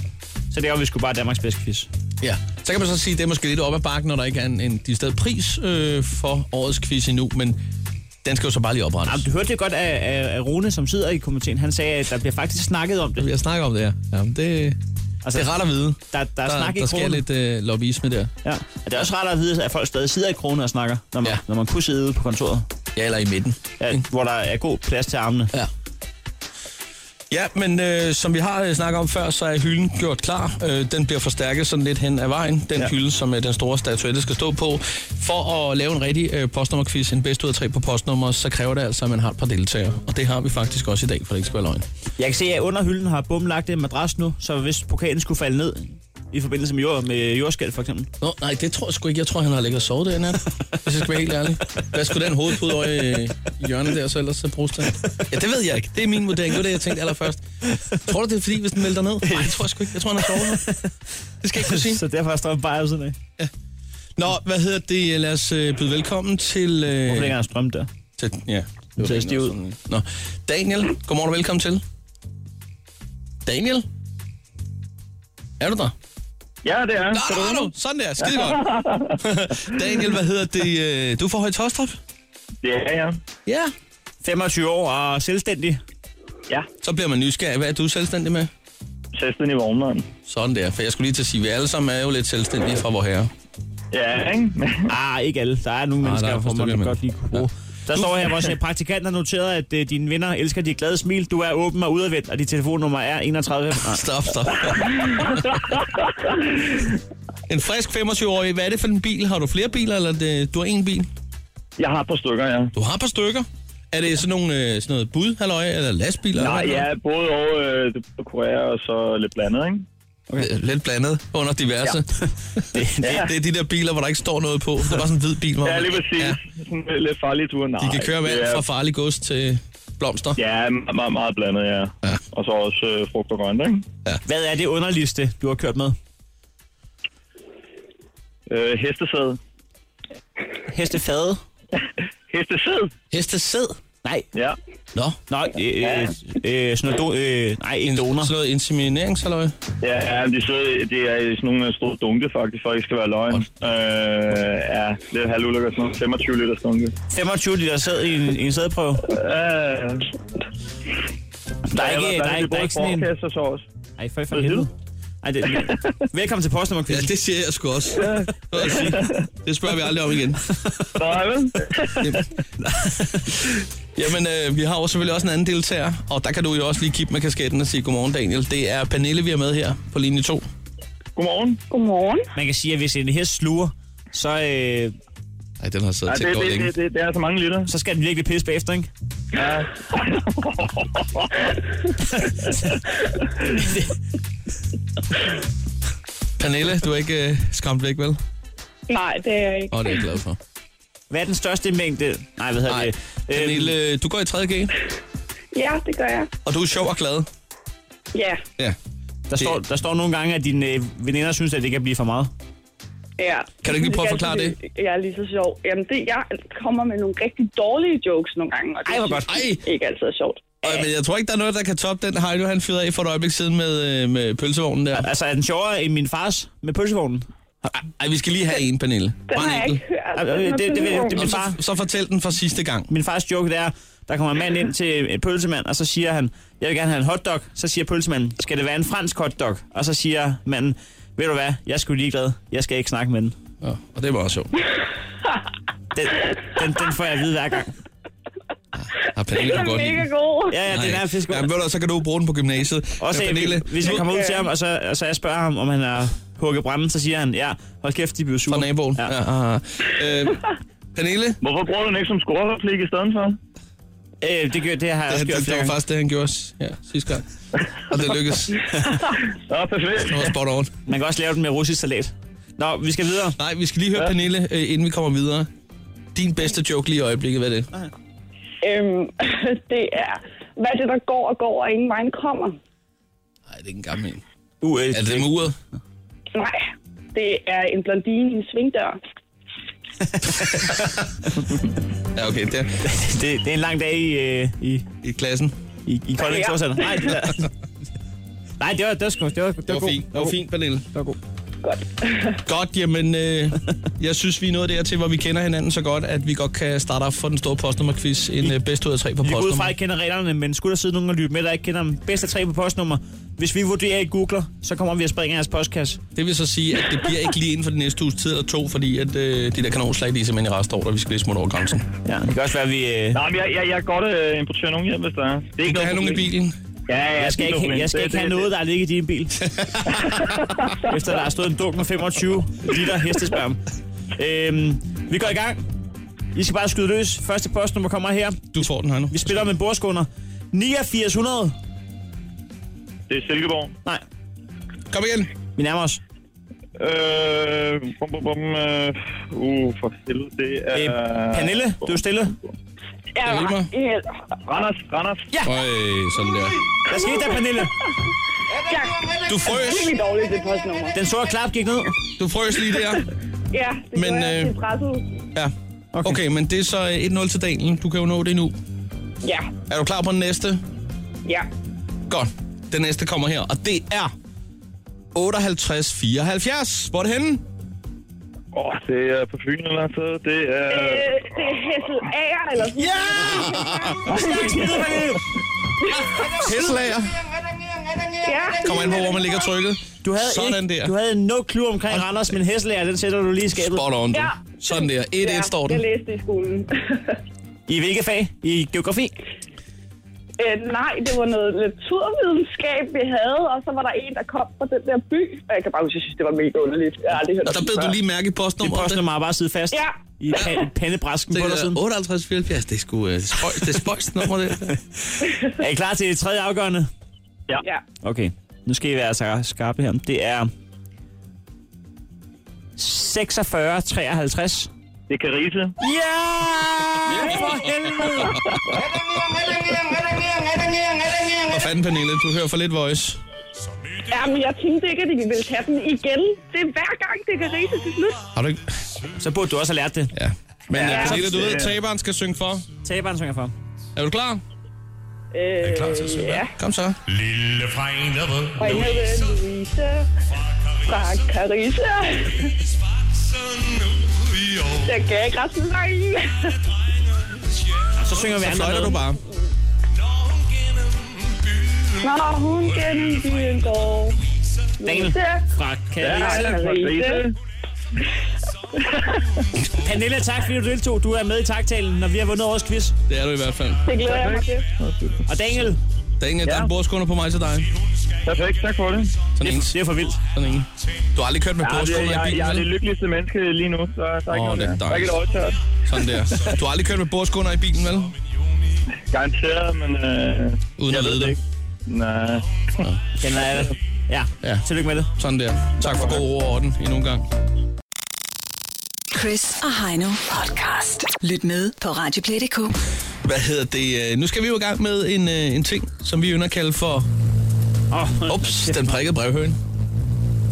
Speaker 3: Så det er vi sgu bare Danmarks bedste quiz.
Speaker 4: Ja, så kan man så sige, at det er måske lidt op ad bakken, når der ikke er en, en distilleret pris øh, for årets quiz endnu, men den skal jo så bare lige oprettes.
Speaker 3: Jamen, du hørte det godt af, af, af Rune, som sidder i komiteen. Han sagde, at der bliver faktisk snakket om det.
Speaker 4: Jeg snakker om det her. Jamen, det,
Speaker 3: Altså,
Speaker 4: det er rart at vide.
Speaker 3: Der, der, er
Speaker 4: Der,
Speaker 3: snak i
Speaker 4: der sker
Speaker 3: krogen.
Speaker 4: lidt øh, lobbyisme der.
Speaker 3: Ja. Og det er også rart at vide, at folk stadig sidder i krogen og snakker, når man, ja.
Speaker 4: Ja.
Speaker 3: når man kunne sidde ude på kontoret,
Speaker 4: Ja, eller i midten.
Speaker 3: ja, hvor der er god plads til armene.
Speaker 4: Ja. Ja, men øh, som vi har øh, snakket om før, så er hylden gjort klar. Øh, den bliver forstærket sådan lidt hen ad vejen. Den
Speaker 3: Ja.
Speaker 4: ja. hylde, som øh, den store statuette skal stå på. For at lave en rigtig øh, postnummerquiz, en bedst ud af tre på postnummer, så kræver det altså, at man har et par deltagere. Og det har vi faktisk også i dag, for det ikke skal være løgn.
Speaker 3: Jeg kan se, at under hylden har bum lagt en madras nu, så hvis pokalen skulle falde ned i forbindelse med, jord, med jordskæld for eksempel.
Speaker 4: Nå, nej, det tror jeg sgu ikke. Jeg tror, han har ligget og sovet derinde, hvis jeg skal være helt ærlig. Hvad skulle den hovedpude over i hjørnet der så ellers så bruges til? Ja, det ved jeg ikke. Det er min vurdering. Det var det, jeg tænkte allerførst. Tror du, det er fordi, hvis den vælter ned? Nej, det tror jeg sgu ikke. Jeg tror, han har sovet nu. Det skal jeg ikke kunne sige.
Speaker 3: Så derfor står jeg bare ved siden af.
Speaker 4: Nå, hvad hedder det? Lad os øh, byde velkommen til... Øh,
Speaker 3: Hvorfor ligger der en strøm der?
Speaker 4: til ja, det
Speaker 3: Til
Speaker 4: var
Speaker 3: at stive ud.
Speaker 4: sådan. Nå. Daniel, godmorgen og velkommen til. Daniel? Er du der?
Speaker 9: Ja, det er.
Speaker 4: Nå, der er du. Sådan der, skide godt. Daniel, hvad hedder det? øh, Du er fra Høje Tostrup?
Speaker 9: Det er jeg.
Speaker 4: Ja.
Speaker 3: 25 år og selvstændig.
Speaker 9: Ja,
Speaker 4: Så bliver man nysgerrig. Hvad er du selvstændig med?
Speaker 9: selvstændig vognmand.
Speaker 4: Sådan der, for jeg skulle lige til at sige, at vi alle sammen er jo lidt selvstændige fra vor herre.
Speaker 9: Ja, ikke?
Speaker 3: Ah, ikke alle. Der er nogle
Speaker 4: der
Speaker 3: mennesker,
Speaker 4: er
Speaker 3: der
Speaker 4: et
Speaker 3: hvor
Speaker 4: par stykker,
Speaker 3: man
Speaker 4: men-
Speaker 3: godt lige kunne bruge. Der står her, at vores øh, praktikant har noteret, at øh, dine venner elsker dit glade smil. Du er åben og udadvendt, og dit telefonnummer er Ah. 31. Nej.
Speaker 4: Stop, stop. en frisk 25-årig, hvad er det for en bil? Har du flere biler, eller er det, du har én bil?
Speaker 9: Jeg har et par stykker, ja.
Speaker 4: Du har et par stykker. Er det sådan, nogle, øh, sådan noget bud, halløj, eller lastbiler?
Speaker 3: Ah,
Speaker 9: Nej,
Speaker 4: eller
Speaker 9: ja, både over øh, det er Korea og så lidt blandet, ikke?
Speaker 4: noget? Øh, Lidt blandet under diverse. Ja. det, det, det, er de der biler, hvor der ikke står noget på. Det er bare sådan en hvid bil. Hvor
Speaker 9: Ja,
Speaker 4: man-
Speaker 9: lige præcis.
Speaker 4: Ja,
Speaker 9: Sådan en lidt farlig tur. Nej,
Speaker 4: de kan køre med
Speaker 9: det
Speaker 4: alt
Speaker 9: er-
Speaker 4: fra farlig gods til blomster.
Speaker 9: Ja, me- meget, meget blandet, ja.
Speaker 4: Ja.
Speaker 9: Og så også øh, frugt og grønt, ikke?
Speaker 3: Hvad er det underligste, du har kørt med?
Speaker 9: Øh, hestesæd.
Speaker 3: Hestefade?
Speaker 9: Hestesæd?
Speaker 4: Hestesæd.
Speaker 3: Nej.
Speaker 9: Ja.
Speaker 4: Nå.
Speaker 3: Nå, øh, øh, øh, sådan noget do, øh, nej, en donor.
Speaker 4: Sådan noget insemineringshalløj?
Speaker 9: Ja, ja men det, er så, det er sådan nogle store dunke, faktisk, for at ikke skal være løgn. Øh, ja, det er halvulykker, sådan nogle 25 liter dunke.
Speaker 3: 25 liter sæd i en, i en
Speaker 9: Øh,
Speaker 3: sædprøve. Der er ikke, der er ikke, der er ikke sådan en...
Speaker 9: så også.
Speaker 3: Ej, for, for helvede. Ej, det, velkommen til postnummerquiz.
Speaker 4: Ja, det siger jeg sgu også. Det vil jeg sige. Det spørger vi aldrig om igen.
Speaker 9: Nej, vel?
Speaker 4: Jamen, øh, vi har jo selvfølgelig også en anden deltager, og der kan du jo også lige kigge med kasketten og sige godmorgen, Daniel. Det er Pernille, vi er med her på linje 2.
Speaker 9: Godmorgen.
Speaker 7: Godmorgen.
Speaker 3: Man kan sige, at hvis en hest sluger, så, øh,
Speaker 4: Ej, den har siddet
Speaker 9: Ja,
Speaker 4: og
Speaker 9: det,
Speaker 4: tænkt over
Speaker 9: det,
Speaker 4: længe.
Speaker 9: det, det, det, er så mange liter.
Speaker 3: så skal den virkelig pisse bagefter, ikke?
Speaker 9: Ja.
Speaker 4: Pernille, du er ikke øh, skræmt væk, vel?
Speaker 7: Nej, det er jeg ikke.
Speaker 4: Åh, det er jeg glad for.
Speaker 3: Hvad er den største mængde? Nej, hvad hedder
Speaker 4: Nej,
Speaker 3: det? Øhm,
Speaker 4: Pernille, du går i 3.G,
Speaker 7: Ja, det gør jeg.
Speaker 4: og du er sjov og glad.
Speaker 7: Ja,
Speaker 4: Ja.
Speaker 3: der, står, der står nogle gange, at dine øh, veninder synes, at det kan blive for meget.
Speaker 7: ja.
Speaker 4: Kan du ikke lige prøve at
Speaker 7: Jeg
Speaker 4: forklare
Speaker 7: synes, Jeg er lige så sjov. Jamen, det, jeg kommer med nogle rigtig dårlige jokes nogle gange. Og det
Speaker 3: Ej, hvor godt.
Speaker 4: Ej,
Speaker 7: er Ikke altid er sjovt.
Speaker 4: øh, men jeg tror ikke, der er noget, der kan toppe den Heino, han fyrede af for et øjeblik siden med, øh, med pølsevognen der.
Speaker 3: Altså, er den sjovere end min fars med pølsevognen?
Speaker 4: Ej, vi skal lige have en, Pernille.
Speaker 7: Den
Speaker 4: Bare
Speaker 7: har
Speaker 4: en
Speaker 7: jeg
Speaker 4: enkelt.
Speaker 7: ikke hørt.
Speaker 3: Ej, det- Altså, øh, det- det- det-
Speaker 4: Nå, så, så fortæl den for sidste gang.
Speaker 3: Min fars joke, det er, der kommer en mand ind til en pølsemand, og så siger han, jeg vil gerne have en hotdog. Så siger pølsemanden, skal det være en fransk hotdog? Og så siger manden, ved du hvad, jeg skulle ligeglad. Jeg skal ikke snakke med den.
Speaker 4: Ja, og det var også sjovt.
Speaker 3: Den, den, den får jeg at vide hver gang.
Speaker 4: Ja, Pernille
Speaker 7: det
Speaker 4: kan
Speaker 7: er
Speaker 4: godt lide
Speaker 7: mega
Speaker 4: den.
Speaker 7: god.
Speaker 3: Ja, ja, den er fisk.
Speaker 4: Ja, men ved du, så kan du bruge den på gymnasiet.
Speaker 3: Også
Speaker 4: Men
Speaker 3: Pernille, hvis jeg kommer ud til ham, og så, og så jeg spørger ham, om han har hugget branden, så siger han, ja, hold kæft, de blev sure.
Speaker 4: fra naboen. Ja.
Speaker 3: Ja.
Speaker 4: Ja, ja. Øh, Pernille, det,
Speaker 9: Hvorfor bruger du den ikke som scorereplik i stedet for?
Speaker 3: Øh, det, gør, det har jeg også
Speaker 4: det,
Speaker 3: gjort
Speaker 4: det,
Speaker 3: flere
Speaker 4: var
Speaker 3: gange.
Speaker 4: faktisk det, han gjorde os, ja, sidste gang. Og det lykkedes.
Speaker 9: Ja, perfekt.
Speaker 4: Det var spot on.
Speaker 3: Man kan også lave den med russisk salat. Nå, vi skal videre.
Speaker 4: Nej, vi skal lige høre, Pernille, øh, inden vi kommer videre. Din bedste joke lige i øjeblikket, hvad er det?
Speaker 7: Øhm, det er, hvad er det, Altså, der går og går, og ingen vejen kommer?
Speaker 4: Nej, det er ikke en gammel en.
Speaker 3: Uh, øh,
Speaker 4: Er det det med uret?
Speaker 7: Nej, det er en blondine i en svingdør.
Speaker 4: Ja, okay, der
Speaker 3: det, det, er en lang dag i, øh, i,
Speaker 4: i klassen.
Speaker 3: i, i Kolding
Speaker 7: Ja.
Speaker 3: Storcenter. Nej, det der. Nej, det var, det var, sgu- det var, det
Speaker 4: Det
Speaker 3: var,
Speaker 4: var
Speaker 3: god.
Speaker 4: fint, det var fint, Pernille. Det var god.
Speaker 7: Godt.
Speaker 4: Godt, jamen, øh, jeg synes, vi er nået dertil, hvor vi kender hinanden så godt, at vi godt kan starte op for den store postnummerquiz. En øh, bedst ud af tre på
Speaker 3: Vi går ud fra, at
Speaker 4: postnummer.
Speaker 3: I kender reglerne, men skulle der sidde nogen og lytte med, der ikke kender dem, bedst af tre på postnummer. Hvis vi vurderer, at I googler, så kommer vi og springer jeres postkasse.
Speaker 4: Det vil så sige, at det bliver ikke lige inden for den næste uges tid eller to, fordi at, øh, de der kanonslag, de er simpelthen i rest over, og vi skal lige smutte over grænsen. Du
Speaker 3: Ja, det kan også være, at vi... Øh,
Speaker 9: Nej, men jeg, jeg, jeg kan godt øh, importere nogen hjem, hvis der er. Det er ikke
Speaker 4: kan have nogen i
Speaker 9: problem.
Speaker 4: bilen.
Speaker 9: Ja, ja,
Speaker 3: jeg skal
Speaker 9: det er
Speaker 3: ikke,
Speaker 9: okay.
Speaker 3: jeg skal
Speaker 9: Det-
Speaker 3: ikke
Speaker 9: det-
Speaker 3: have
Speaker 9: det-
Speaker 3: noget, der har ligget i din bil. Efter der har stået en dunk med 25 liter hestesperm. Øhm, vi går i gang. I skal bare skyde løs. Første postnummer kommer her.
Speaker 4: Du får den her nu.
Speaker 3: Vi spiller med bordskunder. 8900.
Speaker 9: Det er Silkeborg.
Speaker 3: Nej,
Speaker 4: Kom igen.
Speaker 3: vi nærmer os.
Speaker 9: Øh, bum, bum, bum, øh, uh, for helvede, det er...
Speaker 3: Øh, Pernille, du er stille.
Speaker 7: Ja,
Speaker 4: Er det lige meget?
Speaker 7: helt-
Speaker 9: Randers, Randers. Ja.
Speaker 4: Øj, sådan der.
Speaker 3: Hvad skete der, Pernille?
Speaker 4: Du frøs.
Speaker 7: det er dårligt, det postnummer.
Speaker 3: Den sorte klap gik ned.
Speaker 4: Du frøs lige der.
Speaker 7: Ja, det
Speaker 4: Men,
Speaker 7: men, jeg.
Speaker 4: øh,
Speaker 7: Det er presset.
Speaker 4: Ja.
Speaker 3: Okay.
Speaker 4: Okay. okay, men det er så øh, 1-0 til Daniel. Du kan jo nå det nu.
Speaker 7: Ja,
Speaker 4: Er du klar på den næste?
Speaker 7: ja.
Speaker 4: Godt. Den næste kommer her, og det er 5874. Hvor er det henne?
Speaker 9: Åh, oh, det er på Fyn eller noget. Det er...
Speaker 7: Øh, det er Hessel Ager, eller sådan
Speaker 4: Ja! Hesselager.
Speaker 7: Ja,
Speaker 4: Kommer ind på, hvor man ligger trykket.
Speaker 3: Du havde,
Speaker 4: Sådan
Speaker 3: ikke,
Speaker 4: der.
Speaker 3: du havde no clue omkring Randers, men Hesselager, den sætter du lige i skabet.
Speaker 4: Spot on, du.
Speaker 7: Ja.
Speaker 4: Sådan der. 1-1
Speaker 7: ja,
Speaker 4: står den.
Speaker 7: jeg læste det i skolen.
Speaker 3: I hvilket fag? I geografi?
Speaker 7: øh, nej, det var noget naturvidenskab, vi havde, og så var der en, der kom fra den der by. Og jeg kan bare huske, jeg synes, det var mega underligt. Jeg har aldrig hørt
Speaker 4: Og der
Speaker 7: det
Speaker 4: bed du
Speaker 7: før.
Speaker 4: lige mærke i
Speaker 3: Det
Speaker 4: postnummeret.
Speaker 3: postnummer har bare siddet fast
Speaker 7: Ja.
Speaker 3: i pa- pandebræsken på dig siden.
Speaker 4: 58, 74, det er sgu øh, spøjs, det er spøjs nummer, det.
Speaker 3: Er I klar til det tredje afgørende?
Speaker 7: Ja,
Speaker 3: Okay, nu skal I være så skarpe her. Det er 4653.
Speaker 9: Det er Carise.
Speaker 3: Ja! For helvede!
Speaker 4: Hvad fanden, Pernille, du hører for lidt voice.
Speaker 7: ja men jeg tænkte ikke, at de ville tage den igen. Det er hver gang, det kan rise til slut.
Speaker 4: Har du ikke?
Speaker 3: Så burde du også have lært det.
Speaker 4: Ja. Men øh, ja,
Speaker 9: Ja.
Speaker 4: Pernille, du ved, at taberen skal synge for.
Speaker 3: Taberen synger for.
Speaker 4: Er du klar?
Speaker 7: Øh,
Speaker 8: Er I klar til at synge?
Speaker 7: Ja.
Speaker 4: Kom så.
Speaker 8: Lille Fregnere
Speaker 7: Fra Ingrid Louise. Fra Carissa. Der gav ikke resten løgn.
Speaker 3: Så synger vi
Speaker 4: Så
Speaker 3: andre
Speaker 4: fløjter
Speaker 3: med.
Speaker 4: du bare.
Speaker 7: Når hun gennem byen går.
Speaker 3: Daniel fra Karise.
Speaker 7: Karise.
Speaker 3: Pernille, tak fordi du deltog. Du er med i taktalen, når vi har vundet årets quiz.
Speaker 4: Det er du i hvert fald.
Speaker 7: Det glæder jeg mig til.
Speaker 3: Og Daniel,
Speaker 4: Daniel, ja. der er
Speaker 3: Ja.
Speaker 4: en bordskunder på mig til dig.
Speaker 9: Perfekt, tak for det.
Speaker 4: Sådan en.
Speaker 3: det er for vildt.
Speaker 4: Sådan en. Du har aldrig kørt med
Speaker 9: Ja, det,
Speaker 4: bordskunder i
Speaker 9: jeg,
Speaker 4: bilen,
Speaker 9: jeg er det
Speaker 4: vel?
Speaker 9: lykkeligste menneske lige nu, så der er
Speaker 4: Åh,
Speaker 9: ikke noget
Speaker 4: det er
Speaker 9: der. Der er ikke et
Speaker 4: dejligt.
Speaker 9: overtørt.
Speaker 4: Sådan der. Du har aldrig kørt med bordskunder i bilen, vel?
Speaker 9: Garanteret, men... Øh,
Speaker 4: Uden at
Speaker 9: ved
Speaker 4: lede det.
Speaker 9: ikke. Nej.
Speaker 3: Den er, ja,
Speaker 4: Ja.
Speaker 3: ja, tillykke med det.
Speaker 4: Sådan der. Tak for god ro og orden endnu en gang.
Speaker 2: Chris og Heino podcast. Lyt med på Radioplay.dk.
Speaker 4: Hvad hedder det? øh, Nu skal vi jo i gang med en, øh, en ting, som vi ynder at kalde for...
Speaker 3: Oh,
Speaker 4: Ups, den prikkede brevhøen.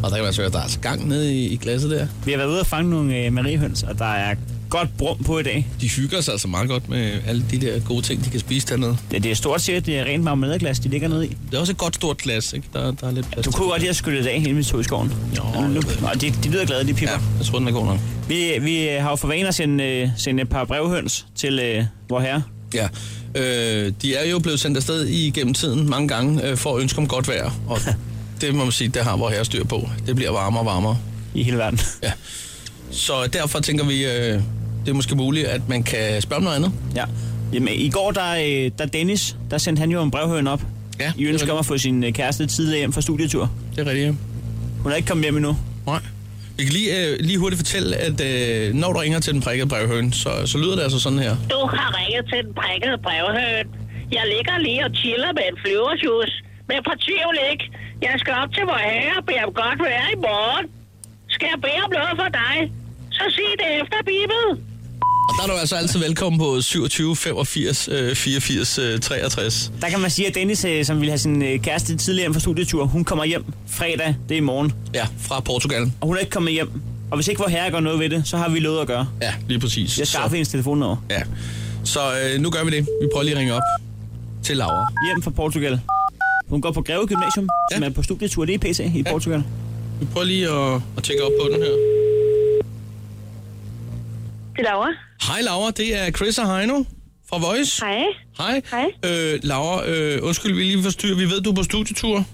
Speaker 4: Og der kan man så høre, der er altså gang nede i, i glasset der.
Speaker 3: Vi har været ude og fange nogle øh, mariehøns, og der er godt brum på i dag.
Speaker 4: De hygger sig altså meget godt med alle de der gode ting, de kan spise dernede.
Speaker 3: Det, det er stort set det er rent marmeladeglas, de ligger nede i.
Speaker 4: Det er også et godt stort glas, ikke? Der, der er lidt plads
Speaker 3: Du
Speaker 4: til.
Speaker 3: kunne godt lige have skyllet det af hele mit tog i skoven. nu,
Speaker 4: Jo, jeg ved det.
Speaker 3: og de, de lyder glade, de pipper.
Speaker 4: Ja,
Speaker 3: Ja.
Speaker 4: jeg tror, den er god nok.
Speaker 3: Vi, vi har jo for vane at sende, øh, sende et par brevhøns til øh, vor herre.
Speaker 4: Ja. Øh, de er jo blevet sendt afsted igennem tiden mange gange øh, for at ønske om godt vejr. Og det må man sige, det har vores herre styr på. Det bliver varmere og varmere.
Speaker 3: i hele verden.
Speaker 4: Ja. Så derfor tænker vi, øh, det er måske muligt, at man kan spørge om noget andet.
Speaker 3: Ja. Jamen, I går, der, øh, der Dennis, der sendte han jo en brevhøn op.
Speaker 4: Ja,
Speaker 3: I ønsker om at få sin øh, kæreste tidligere hjem fra studietur.
Speaker 4: Det er rigtigt, ja.
Speaker 3: Hun er ikke kommet hjem endnu.
Speaker 4: Nej. Vi kan lige, øh, lige hurtigt fortælle, at øh, når du ringer til den prikkede brevhøne, så, så lyder det altså sådan her.
Speaker 10: Du har ringet til den prikkede brevhøn. Jeg ligger lige og chiller med en flyverjus. Men fortvivl ikke. Jeg skal op til vor herre og bede om godt vejr i morgen. Skal jeg bede om noget for dig? Så sig det efter, Bibel.
Speaker 4: Og der er du altså altid velkommen på 27 85 øh, 84 øh, 63.
Speaker 3: Der kan man sige, at Dennis, øh, som ville have sin øh, kæreste tidligere hjem fra studietur, hun kommer hjem fredag, det er i morgen.
Speaker 4: Ja, fra Portugal.
Speaker 3: Og hun er ikke kommet hjem. Og hvis ikke vor herre gør noget ved det, så har vi lovet at gøre.
Speaker 4: Ja, lige præcis.
Speaker 3: Jeg skaffer
Speaker 4: så,
Speaker 3: hendes telefonnummer.
Speaker 4: ja. så øh, nu gør vi det. Vi prøver lige at ringe op til Laura.
Speaker 3: Hjem fra Portugal. Hun går på Greve Gymnasium, ja. som
Speaker 4: Ja.
Speaker 3: er på studietur. Det er i PC i
Speaker 4: Ja.
Speaker 3: Portugal.
Speaker 4: Vi prøver lige at, at tjekke op på den her.
Speaker 7: Det er Laura.
Speaker 4: Hej Laura, det er Chris og Heino fra Voice.
Speaker 7: Hej.
Speaker 4: Hej.
Speaker 7: Hej.
Speaker 4: Øh, Laura, øh, undskyld, vi lige forstyrrer. Vi ved, du er på studietur.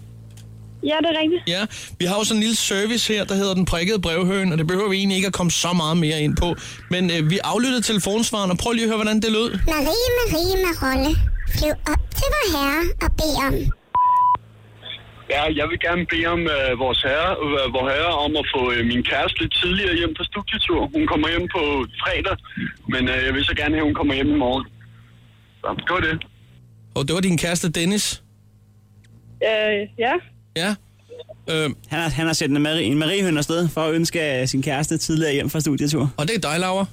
Speaker 7: Ja, det er rigtigt.
Speaker 4: Ja, vi har jo sådan en lille service her, der hedder den prikkede brevhøen, og det behøver vi egentlig ikke at komme så meget mere ind på. Men øh, vi aflyttede telefonsvaren, og prøv lige at høre, hvordan det lød.
Speaker 11: Marie, Marie, Marolle, flyv op til vor herre og bed om.
Speaker 9: Ja, jeg vil gerne bede om øh, vores herre, øh, vor herre om at få øh, min kæreste lidt tidligere hjem på studietur. Hun kommer hjem på fredag, men øh, jeg vil så gerne have, at hun kommer hjem i morgen. Så, det var det.
Speaker 4: Og det var din kæreste Dennis.
Speaker 7: Øh, ja.
Speaker 4: Ja. Øh,
Speaker 3: Han har, han har sendt en, Marie, en mariehøn afsted for at ønske øh, sin kæreste tidligere hjem fra studietur.
Speaker 4: og det er dig, Laura.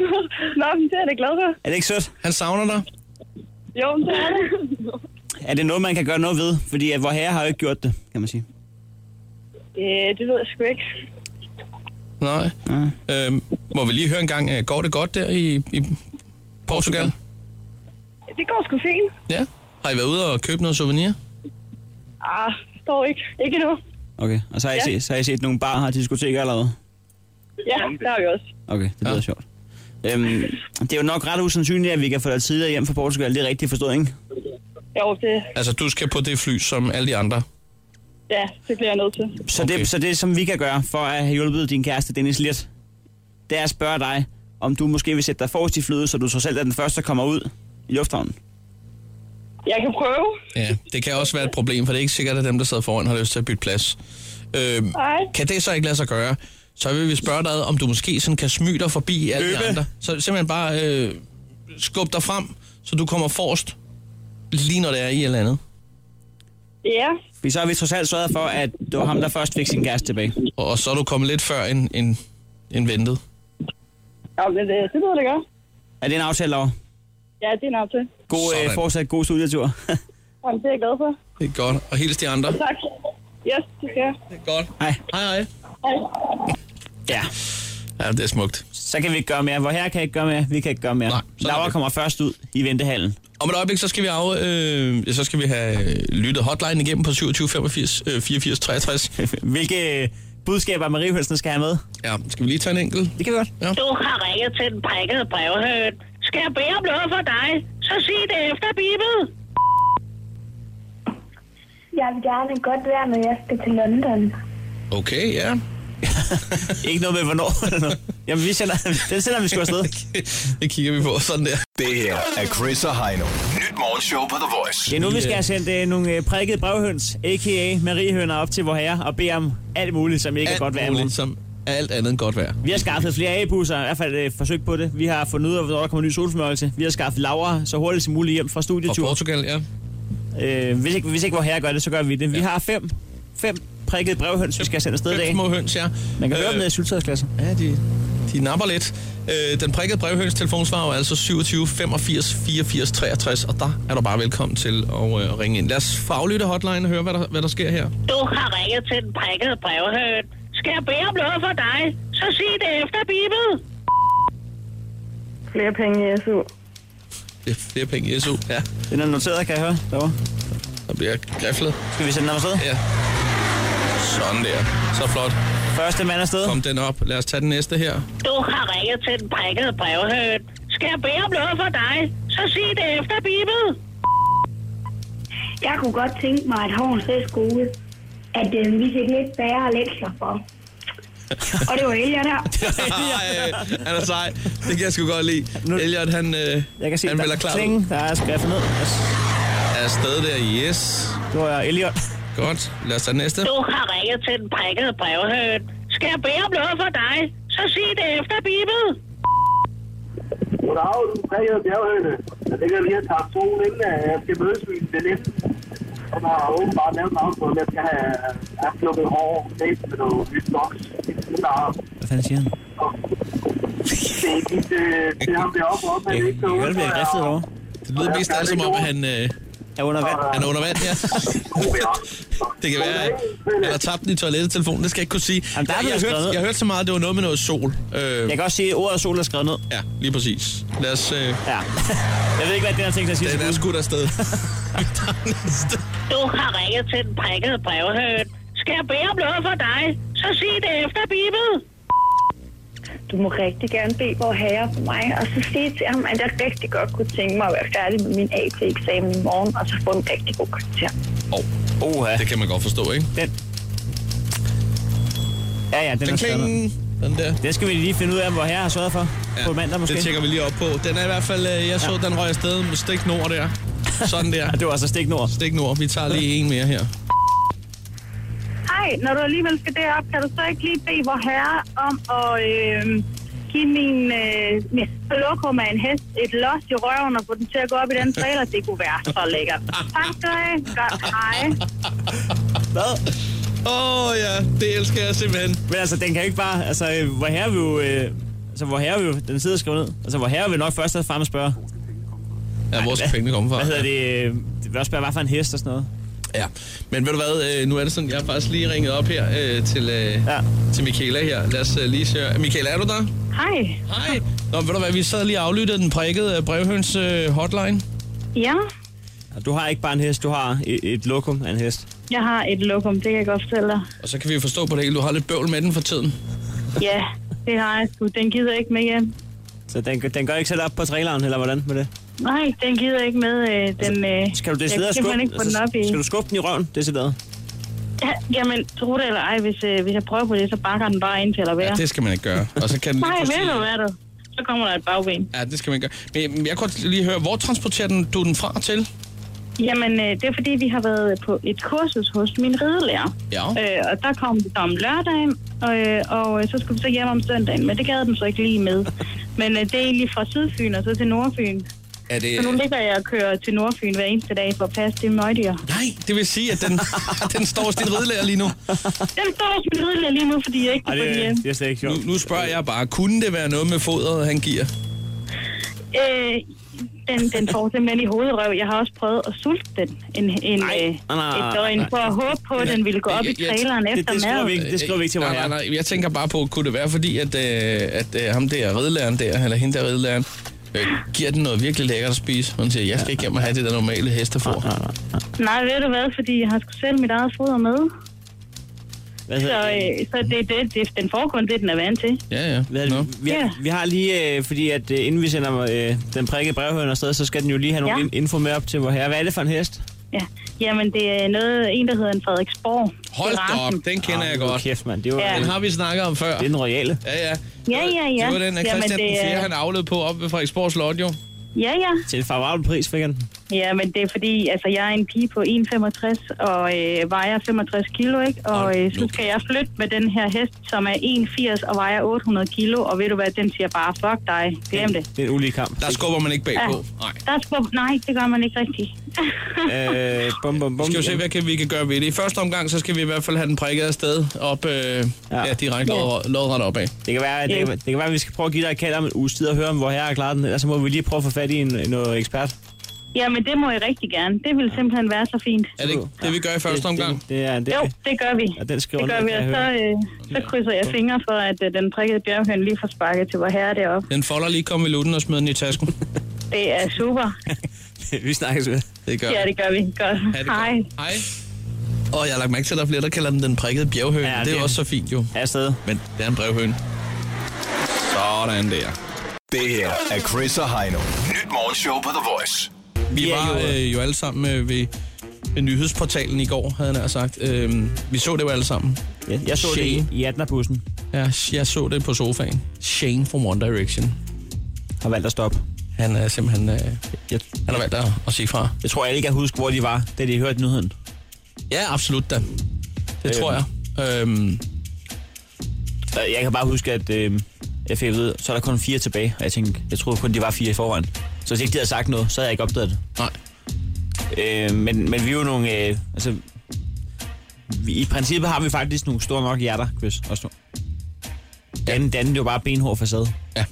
Speaker 7: Nå, men det er jeg da glad for.
Speaker 3: Er det ikke sødt?
Speaker 4: Han savner dig.
Speaker 7: Jo, men det er det.
Speaker 3: Er det noget, man kan gøre noget ved? Fordi at vor herre har jo ikke gjort det, kan man sige.
Speaker 7: Øh, det ved jeg sgu ikke.
Speaker 4: Nej.
Speaker 3: Ja.
Speaker 4: Øh, må vi lige høre en gang, øh, går det godt der i, i Portugal?
Speaker 7: Det går sgu fint.
Speaker 4: Ja. Har I været ude og købe noget souvenir?
Speaker 7: Ah, står ikke. Ikke endnu.
Speaker 3: Okay, og så har, I
Speaker 7: Ja.
Speaker 3: set, så har I set nogle barer og diskoteker eller hvad?
Speaker 7: Ja, der er vi også.
Speaker 3: Okay, det lyder
Speaker 4: Ja.
Speaker 3: ja. sjovt. Øhm, det er jo nok ret usandsynligt, at vi kan få dig tidligere hjem fra Portugal. Det er rigtigt forstået, ikke?
Speaker 7: Jo, det,
Speaker 4: Altså, du skal på det fly som alle de andre.
Speaker 7: ja, det bliver jeg nødt til.
Speaker 3: Så,
Speaker 4: Okay.
Speaker 3: det, så det, som vi kan gøre for at have hjulpet din kæreste Dennis lidt, det er at spørge dig, om du måske vil sætte dig forrest i flyet, så du trods alt er den første, der kommer ud i lufthavnen.
Speaker 7: Jeg kan prøve.
Speaker 4: Ja, det kan også være et problem, for det er ikke sikkert, at dem, der sidder foran, har lyst til at bytte plads. Øh,
Speaker 7: Nej.
Speaker 4: kan det så ikke lade sig gøre, så vil vi spørge dig, ad, om du måske sådan kan smyge dig forbi alle de
Speaker 3: Løbe.
Speaker 4: andre. Så simpelthen bare øh, skub dig frem, så du kommer forrest, lige når det er i eller andet.
Speaker 7: Ja,
Speaker 3: Fordi så har vi trods alt sørget for, at det var ham, der først fik sin kæreste tilbage.
Speaker 4: Og, og så er du kommet lidt før end, end, end ventet.
Speaker 7: jo, men øh, det, det ved jeg da godt.
Speaker 3: Er det en aftale, Laura?
Speaker 7: Ja, det er en aftale.
Speaker 3: God, øh,
Speaker 4: Sådan.
Speaker 3: fortsat god studietur.
Speaker 7: Jamen, det er jeg glad for.
Speaker 4: Det er godt. Og hils de andre. Det
Speaker 7: Tak. Yes, det skal jeg.
Speaker 4: er godt.
Speaker 3: Hej.
Speaker 4: Hej, hej.
Speaker 7: Hej.
Speaker 3: Ja,
Speaker 4: Ja, det er smukt.
Speaker 3: så kan vi ikke gøre mere. Hvor her kan jeg ikke gøre mere. Vi kan ikke gøre mere.
Speaker 4: Nej, sådan er
Speaker 3: Laura
Speaker 4: det.
Speaker 3: kommer først ud i ventehallen.
Speaker 4: Om et øjeblik, så skal vi, af, øh, så skal vi have lyttet hotline igennem på 27 85 øh, 84 63.
Speaker 3: Hvilke øh, budskaber Mariehønsene skal have med?
Speaker 4: Ja, skal vi lige tage en enkelt?
Speaker 3: Det kan vi godt.
Speaker 4: Ja.
Speaker 10: Du har ringet til den prikkede brevhøn. Skal jeg bede om noget for dig, så sig det efter, Bibel.
Speaker 12: Jeg vil gerne godt være, når jeg skal til London.
Speaker 4: Okay, ja.
Speaker 3: Ikke noget med, hvornår eller noget. Jamen, vi sender, den sender vi sgu afsted.
Speaker 4: det kigger vi på sådan der.
Speaker 5: Det her er Chris og Heino. Nyt morgenshow på The Voice.
Speaker 3: Det er nu, vi skal have sendt øh, nogle øh, prikkede brevhøns, a.k.a. mariehøner, op til vor herre og bede om alt muligt, som ikke er
Speaker 4: Alt
Speaker 3: godt værd.
Speaker 4: muligt, som er alt andet end godt værd.
Speaker 3: Vi har skaffet flere A-busser, i hvert fald øh, forsøgt på det. Vi har fundet ud af, hvornår der kommer ny solformørkelse. Vi har skaffet Laura så hurtigt som muligt hjem fra studietur.
Speaker 4: Fra Portugal,
Speaker 3: ja. Øh, hvis, ikke, hvis ikke vor herre gør det, så gør vi det. Vi har fem, fem prikkede brevhøns, vi skal sende afsted i dag.
Speaker 4: små høns, ja. Øh,
Speaker 3: Man kan høre dem nede i syltøjsklasser.
Speaker 4: Ja, de, de napper lidt. Øh, den prikkede brevhøns telefonsvar er altså 27 85 84 63, og der er du bare velkommen til at øh, ringe ind. Lad os få aflytte hotline og høre, hvad der, hvad der sker her.
Speaker 10: Du har ringet til den prikkede brevhøn. Skal jeg bede om noget for dig, så sig det efter, Bibel.
Speaker 13: Flere penge i SU.
Speaker 4: Det er flere penge i SU, ja.
Speaker 3: Den er noteret, kan jeg høre. Derovre.
Speaker 4: Der bliver griflet.
Speaker 3: Skal vi sende den afsted?
Speaker 4: Ja. Sådan der. Så flot.
Speaker 3: Første mand afsted.
Speaker 4: Kom den op. Lad os tage den næste her.
Speaker 10: Du har ringet til den prikkede brevhøn. Skal jeg bede om noget for dig, så sig det efter, Bibel.
Speaker 12: Jeg kunne godt tænke mig, at Havns Skole, at øh, vi fik lidt færre lektier for. Og det var Elia der.
Speaker 4: Ej, han er sej. Det kan jeg sgu godt lide. Elliot, han, øh,
Speaker 3: Jeg kan se,
Speaker 4: han
Speaker 3: der
Speaker 4: melder
Speaker 3: er
Speaker 4: klar ud.
Speaker 3: kling, der er skriftet ned.
Speaker 4: Er afsted der, yes.
Speaker 3: Det var Elliot.
Speaker 4: Godt. Lad os tage den næste.
Speaker 10: Du har ringet til den prikkede brevhøn. Skal jeg bede om noget for dig, så sig det efter, Bibel.
Speaker 14: Goddag, du præger bjerghøne. Jeg ligger lige og tager solen, inden øh, jeg skal mødes med min veninde. Hun har åbenbart lavet en aftale, at jeg skal have, have plukket hår af med noget nyt voks. Hun har
Speaker 3: Hvad fanden siger han?
Speaker 14: det er ikke øh, det ham deroppe, om han ikke kan
Speaker 3: Jeg kan høre, det bliver riftet over.
Speaker 4: Det lyder mest af alt, som om, at han... Øh,
Speaker 3: er under vand.
Speaker 4: Han er under vand, ja. det kan være, at han har tabt den i toilettetelefonen. Det skal jeg ikke kunne sige.
Speaker 3: Jamen, der er
Speaker 4: jeg,
Speaker 3: blevet
Speaker 4: jeg,
Speaker 3: skrevet
Speaker 4: hørte,
Speaker 3: ned.
Speaker 4: jeg hørte så meget, at det var noget med noget sol. Øh,
Speaker 3: Jeg kan også sige, at ordet sol er skrevet ned.
Speaker 4: Ja, lige præcis. Lad os... Øh,
Speaker 3: ja. Jeg ved ikke, hvad den her ting, der siger.
Speaker 4: Den er skudt afsted.
Speaker 10: Du har ringet til den prikkede brevhøn. Skal jeg bede om noget for dig, så sig det efter, Bibel.
Speaker 7: Du må rigtig gerne bede vor herre for mig, og så sige til ham, at jeg rigtig godt kunne tænke mig at være færdig med min AT-eksamen i morgen, og så få en rigtig god karakter.
Speaker 4: Oh, Oha. Det kan man godt forstå, ikke?
Speaker 3: Den. Ja, ja, den,
Speaker 4: Den
Speaker 3: er skrevet
Speaker 4: kling. Den der.
Speaker 3: Det skal vi lige finde ud af, hvor herre har sørget for. Ja, på mandag måske.
Speaker 4: Det tjekker vi lige op på. Den er i hvert fald... Øh, jeg så, ja. den røg afsted med stik nord der. Sådan der.
Speaker 3: det var altså stik nord.
Speaker 4: Stik nord. Vi tager lige en mere her.
Speaker 7: Hej, når du alligevel skal derop, kan du så ikke lige bede vor herre om at øh, give min, øh, min lokum af en hest et los i røven og få den til at gå op i den trailer? Det kunne være så lækkert. Tak skal du have. Godt, hej.
Speaker 3: Hvad?
Speaker 4: Åh oh, ja, det elsker jeg simpelthen.
Speaker 3: Men altså, den kan ikke bare... Altså, øh, hvor herre vil jo... Øh, altså, hvor herre vil jo... Den sidder skrevet ned. Altså, hvor herre vil nok først og fremmest spørge...
Speaker 4: Ja, hvor skal pengene komme fra?
Speaker 3: Hvad hedder det? Øh, det vil også spørge, hvad for en hest og sådan noget.
Speaker 4: Ja, men ved du hvad, øh, nu er det sådan, jeg har faktisk lige ringet op her øh, til, øh, ja. til Michaela her. Lad os øh, lige se. Michaela, er du der?
Speaker 7: Hej.
Speaker 4: Hej. Nå, ved du hvad, vi sad lige og aflyttede den prikkede øh, brevhøns øh, hotline.
Speaker 7: Ja,
Speaker 3: Altså, Du har ikke bare en hest, du har et, et lokum af en hest.
Speaker 7: jeg har et lokum, det kan jeg godt fortælle dig.
Speaker 4: Og så kan vi jo forstå på det hele, du har lidt bøvl med den for tiden.
Speaker 7: Ja, det har jeg sgu. Den gider ikke med hjem.
Speaker 3: Så den, den gør ikke selv op på traileren, eller hvordan med det?
Speaker 7: Nej, den gider ikke med. Øh, den, øh,
Speaker 3: Skal du det
Speaker 7: jeg kan simpelthen ikke få den op i.
Speaker 3: skal du skubbe den i røven, det sidder.
Speaker 7: Ja, jamen, tro det eller ej, hvis, øh, hvis jeg prøver på det, så bakker den bare ind til at være.
Speaker 4: Ja, det skal man ikke gøre. Og så kan den lige
Speaker 7: Nej,
Speaker 4: pludselig-
Speaker 7: ved du hvad du? Så kommer der et bagben.
Speaker 4: Ja, det skal man ikke gøre. Men jeg kunne godt lige høre, hvor transporterer den, du den fra til?
Speaker 7: Jamen, øh, det er fordi, vi har været på et kursus hos min ridelærer.
Speaker 4: Ja.
Speaker 7: Øh, og der kom vi så om lørdagen, og, øh, og øh, så skulle vi så hjem om søndagen, men det gad den så ikke lige med. Men øh, det er egentlig fra Sydfyn og så til Nordfyn.
Speaker 4: Er det,
Speaker 7: Så nu ligger jeg og kører til Nordfyn hver eneste dag for at passe det møgdyr.
Speaker 4: Nej, det vil sige, at den, den står hos din ridelærer lige nu.
Speaker 7: Den står hos min ridelærer lige nu, fordi jeg ikke kan få den hjem.
Speaker 3: det er slet ikke
Speaker 4: nu, nu spørger jeg bare, kunne det være noget med fodret, han giver?
Speaker 7: Øh, den, den får simpelthen i hovedrøv. Jeg har også prøvet at sulte den en, en, øh,
Speaker 4: nej,
Speaker 7: et døgn
Speaker 4: nej.
Speaker 7: for at håbe på, at den ville gå op i traileren efter maden.
Speaker 4: nej, nej, nej, Jeg tænker bare på, kunne det være fordi, at, øh, at øh, ham der ridelæren der, eller hende der ridelæren, Øh, giver den noget virkelig lækkert at spise? Hun siger, jeg skal ikke hjem og have det der normale hestefor.
Speaker 7: Nej, ved du hvad, fordi jeg har sgu selv mit eget foder med. Så, øh, så det er det, det, den foregrund, det den er vant til.
Speaker 4: Ja, ja.
Speaker 3: Hvad, no. vi,
Speaker 7: Ja.
Speaker 3: vi har lige, øh, fordi at øh, inden vi sender øh, den prikke brevhøren afsted, så skal den jo lige have nogle
Speaker 7: Ja.
Speaker 3: ja. info med op til vor herre. Hvad er det for en hest?
Speaker 7: Ja. Jamen, det er noget, en, der hedder en Frederiksborg.
Speaker 4: Hold da op, den kender jeg godt.
Speaker 3: Kæft, mand. Det var,
Speaker 7: Ja.
Speaker 4: Den har vi snakket om før. Ah, Det
Speaker 3: er den royale.
Speaker 4: Ja, ja.
Speaker 7: Ja, ja, ja.
Speaker 4: Det var den, at
Speaker 7: Jamen,
Speaker 4: Christian den
Speaker 7: det er-
Speaker 4: 4. han aflede på op ved Frederiksborg Slot, jo.
Speaker 7: Ja, ja.
Speaker 3: Til en favorabel pris fik han den.
Speaker 7: Ja, men det er fordi, altså jeg er en pige på 1,65 og øh, vejer 65 kilo, ikke? Og øh, så skal jeg flytte med den her hest, som er 1,80 og vejer 800 kilo, og ved du hvad, den siger bare, fuck dig, glem det.
Speaker 3: Det er en ulige kamp.
Speaker 4: Der skubber man ikke bagpå. Nej.
Speaker 7: Der skub... Nej, det gør man ikke rigtigt.
Speaker 3: Øh, bum, bum, bum.
Speaker 4: Vi skal jo se, hvad kan, vi kan gøre ved det. I første omgang, så skal vi i hvert fald have den prikket afsted op, øh, ja. ja, direkte
Speaker 3: Ja.
Speaker 4: lodret lodret opad.
Speaker 3: Det kan være, at det, kan, det kan være, at vi skal prøve at give dig et kald om en uges tid og høre, om hvor herre har klaret den. Ellers så må vi lige prøve at få fat i en, noget ekspert.
Speaker 7: Jamen, det må jeg rigtig gerne. Det vil simpelthen være så fint.
Speaker 4: Er det ikke det, vi gør i første omgang?
Speaker 3: Det, det er det.
Speaker 7: Jo, det gør vi.
Speaker 3: Ja, den skriver
Speaker 7: Det gør
Speaker 3: ned,
Speaker 7: vi,
Speaker 3: kan
Speaker 7: og
Speaker 3: jeg
Speaker 7: så, øh, så krydser jeg fingre for, at øh, den prikkede bjerghøn lige får sparket til vor herre deroppe.
Speaker 4: Den folder lige kom i lutten og smider den i tasken.
Speaker 7: Det er super.
Speaker 3: vi snakkes ved.
Speaker 4: Det gør
Speaker 7: Ja, det gør vi.
Speaker 4: Ha' det
Speaker 7: Godt.
Speaker 4: godt.
Speaker 7: Hej.
Speaker 4: Hej. Og jeg har lagt mærke til, at der er flere, der kalder den den prikkede bjerghøne. Ja, det, er jo også så fint, jo.
Speaker 3: Afsted.
Speaker 4: Men det er en brevhøne. Sådan der.
Speaker 5: Det her er Chris og Heino. Nyt morgenshow på The Voice.
Speaker 4: Vi var øh, jo alle sammen øh, ved, ved nyhedsportalen i går, havde jeg nær sagt. Øh, vi så det jo alle sammen.
Speaker 3: Ja, jeg så det i- i Atnabussen.
Speaker 4: Ja, jeg så det på sofaen. Shane fra One Direction.
Speaker 3: Har valgt at stoppe.
Speaker 4: Han er simpelthen... Øh,
Speaker 3: jeg,
Speaker 4: han har valgt at, at sige fra.
Speaker 3: Jeg tror alle kan huske, hvor de var, da de hørte nyheden.
Speaker 4: Ja, absolut da. Det tror jeg. Øhm.
Speaker 3: Jeg kan bare huske, at øhm, jeg fik at vide, så er der kun fire tilbage. Og jeg tænkte, jeg troede kun, de var fire i forvejen. Så hvis ikke de havde sagt noget, så havde jeg ikke opdaget det.
Speaker 4: Nej.
Speaker 3: Øh, men, men vi er jo nogle... Øh, altså, vi, I princippet har vi faktisk nogle store nok hjerter, Chris. Også nu. Dan, ja. Dan, det er jo bare benhård facade.
Speaker 4: Ja.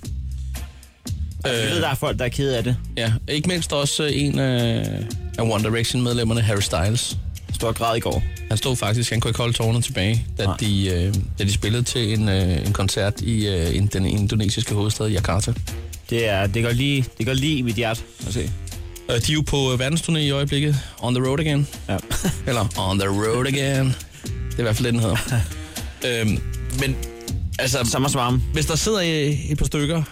Speaker 3: Altså, jeg ved, der er folk, der er ked af det.
Speaker 4: Ja, ikke mindst også øh, en øh, af One Direction-medlemmerne, Harry Styles.
Speaker 3: Stor grad i går.
Speaker 4: Han stod faktisk, han kunne ikke holde tårerne tilbage, da, de, øh, da de spillede til en, øh, en koncert i øh, in, den indonesiske hovedstad Jakarta.
Speaker 3: Det, er, det, går lige, det går lige i mit hjerte at se.
Speaker 4: Øh, de er jo på øh, verdensturné i øjeblikket. On the road again.
Speaker 3: Ja.
Speaker 4: Eller on the road again. Det er i hvert fald det, den hedder. øhm, men altså...
Speaker 3: Samme svarme.
Speaker 4: Hvis der sidder øh, et par stykker,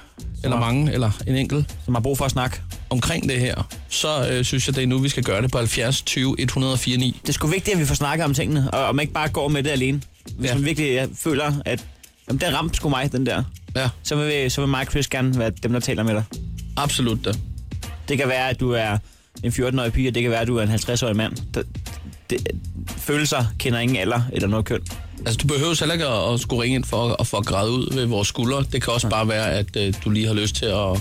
Speaker 4: eller mange, eller en enkelt...
Speaker 3: Som har brug for at snakke.
Speaker 4: Omkring det her, så øh, synes jeg, det er nu, vi skal gøre det på 70 20 104 9.
Speaker 3: Det er sgu vigtigt, at vi får snakket om tingene, og om ikke bare går med det alene. Hvis ja. man virkelig ja, føler, at jamen, den ramte sgu mig, den der.
Speaker 4: Ja.
Speaker 3: Så vil, så vil mig og Chris gerne være dem, der taler med dig.
Speaker 4: Absolut det.
Speaker 3: Det kan være, at du er en 14-årig pige, og det kan være, at du er en 50-årig mand. Det, det, følelser kender ingen alder eller noget køn.
Speaker 4: Altså, du behøver heller ikke at, at skulle ringe ind for at, for at græde ud ved vores skuldre. Det kan også bare være, at øh, du lige har lyst til at, at,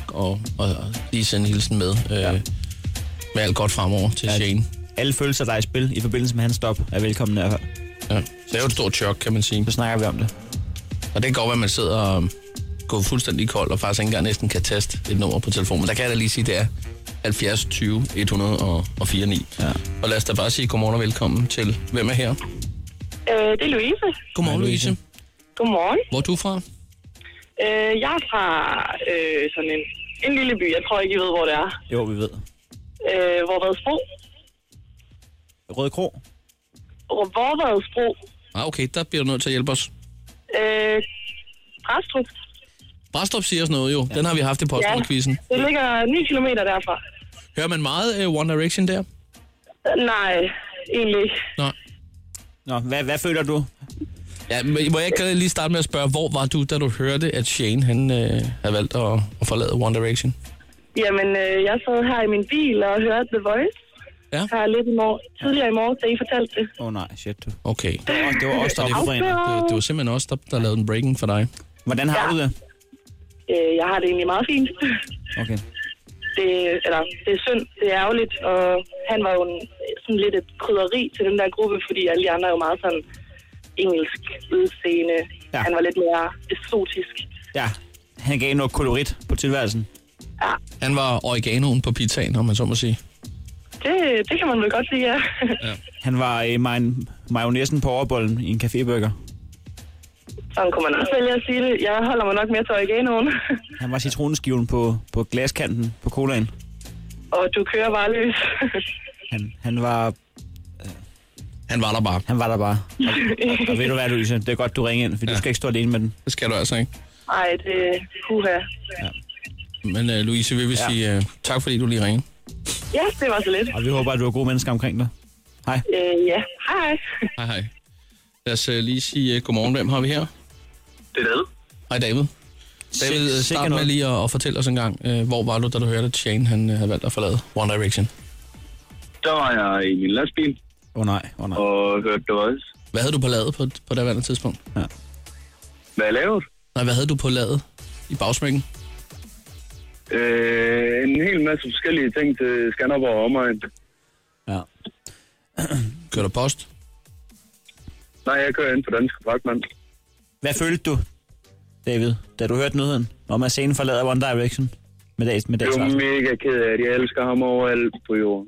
Speaker 4: at, at lige sende en hilsen med. Øh, ja. Med alt godt fremover til ja. Shane.
Speaker 3: Alle følelser, der er i spil i forbindelse med hans stop, er velkommen i hvert fald.
Speaker 4: Ja. Det er jo et stort chok, kan man sige.
Speaker 3: Så snakker vi om det.
Speaker 4: Og det kan godt være, at man sidder og um, går fuldstændig kold, og faktisk ikke engang næsten kan taste et nummer på telefonen. Men der kan jeg da lige sige, det er 70 20 104 9. Ja. Og lad os da bare sige godmorgen og velkommen til. Hvem er her?
Speaker 6: Øh, det er Louise.
Speaker 4: Godmorgen, Louise.
Speaker 6: Godmorgen.
Speaker 4: Hvor er du fra?
Speaker 6: Øh, jeg er fra øh, sådan en, en lille by. Jeg tror ikke, I ved, hvor det er.
Speaker 3: Jo, vi ved.
Speaker 6: Øh, Vorvadsbro.
Speaker 3: Røde Kro?
Speaker 6: Vorvadsbro.
Speaker 4: Ah, okay, der bliver du nødt til at hjælpe os.
Speaker 6: Øh, Græstrup.
Speaker 4: Brastrup siger os noget jo. Den har vi haft i postnummerquizzen.
Speaker 6: det ligger 9 km derfra.
Speaker 4: Hører man meget uh, One Direction der?
Speaker 6: Øh, Nej, egentlig ikke.
Speaker 3: Nå, hvad, hvad føler du?
Speaker 4: Ja, men må jeg ikke lige starte med at spørge, hvor var du, da du hørte, at Shane han, øh, havde valgt at, at forlade One Direction?
Speaker 6: Jamen, øh, jeg sad her i min bil og hørte The Voice.
Speaker 4: Ja.
Speaker 6: Her lidt i morgen, tidligere i morgen, da I fortalte det.
Speaker 3: Åh oh, nej, shit du.
Speaker 4: Okay.
Speaker 3: Det var, det var os, der
Speaker 6: Det
Speaker 3: det
Speaker 6: var-
Speaker 3: forener.
Speaker 4: Det, det var simpelthen også der, der lavede en breaking for dig.
Speaker 3: Hvordan har du det?
Speaker 6: Øh, jeg har det egentlig meget fint.
Speaker 3: Okay.
Speaker 6: Det, eller, det er synd, det er ærgerligt, og han var jo en, sådan lidt et krydderi til den der gruppe, fordi alle de andre er jo meget sådan engelsk udseende.
Speaker 3: Ja.
Speaker 6: Ja. Han var lidt mere eksotisk.
Speaker 3: Ja, han gav noget kolorit på tilværelsen.
Speaker 4: Han var oreganoen på pizzaen, om man så må sige.
Speaker 6: Det, det kan man vel godt sige, ja.
Speaker 3: Han var øh, majon, majonæsen på overbollen i en caféburger.
Speaker 6: Sådan kunne man også vælge at sige det. Jeg holder mig nok mere til oreganoen.
Speaker 3: Han var citronskiven på, på glaskanten på colaen.
Speaker 6: Og du kører bare løs.
Speaker 3: Han, han var... Øh,
Speaker 4: han var der bare.
Speaker 3: Han var der bare. Og ved du hvad, Louise? Det er godt, du ringer ind, for ja. du skal ikke stå alene med den.
Speaker 4: Det skal du altså ikke.
Speaker 6: Ej, det er puha.
Speaker 4: Men uh, Louise, vi vil ja.
Speaker 3: Ja.
Speaker 4: sige uh, tak, fordi du lige ringede.
Speaker 6: Ja, det var så lidt.
Speaker 3: Og vi håber, at du har gode mennesker omkring dig. Hej.
Speaker 6: Øh, ja, hej.
Speaker 4: Hej, hej. Lad os uh, lige sige uh, godmorgen. Hvem har vi her?
Speaker 15: Det er David.
Speaker 4: Hej, David. David, uh, start med lige at, at fortælle os en gang, uh, hvor var du, da du hørte, at Shane han, uh, havde valgt at forlade One Direction?
Speaker 15: Der var jeg i min lastbil.
Speaker 3: Åh oh, nej, åh oh, nej.
Speaker 15: Og hørte The Voice.
Speaker 4: Hvad havde du på ladet på, på det andet tidspunkt? Ja.
Speaker 15: Hvad jeg lavede?
Speaker 4: Nej, hvad havde du på ladet i bagsmækken?
Speaker 15: Øh, en hel masse forskellige ting til Skanderborg og omegn.
Speaker 3: Ja.
Speaker 4: Kører du post?
Speaker 15: Nej, jeg kører ind på Danske Bragtmand.
Speaker 3: Hvad følte du, David, da du hørte nyheden om, at scenen forlader One Direction? Med dags, med
Speaker 15: Det
Speaker 3: dags
Speaker 15: er jo
Speaker 3: varsel?
Speaker 15: mega ked af, at jeg elsker ham overalt på jorden.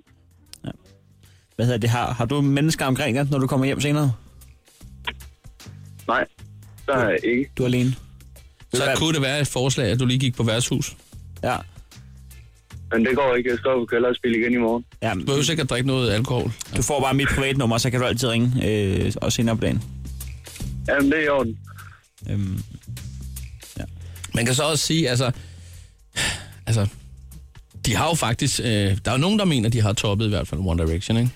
Speaker 3: Hvad hedder det? Har, har du mennesker omkring dig, når du kommer hjem senere?
Speaker 15: Nej, der er jeg ikke.
Speaker 3: Du er alene?
Speaker 4: Så kunne det være et forslag, at du lige gik på værtshus.
Speaker 3: Ja.
Speaker 15: Men det går ikke. Jeg skal op og køre lastbil igen i morgen.
Speaker 3: Ja,
Speaker 4: Du behøver sikkert drikke noget alkohol.
Speaker 3: Du får bare mit privatnummer, så kan du altid ringe, øh, også senere på dagen.
Speaker 15: Jamen, det er i orden.
Speaker 3: Øhm,
Speaker 4: Man kan så også sige, altså... Altså, de har jo faktisk... Øh, der er jo nogen, der mener, de har toppet i hvert fald One Direction, ikke?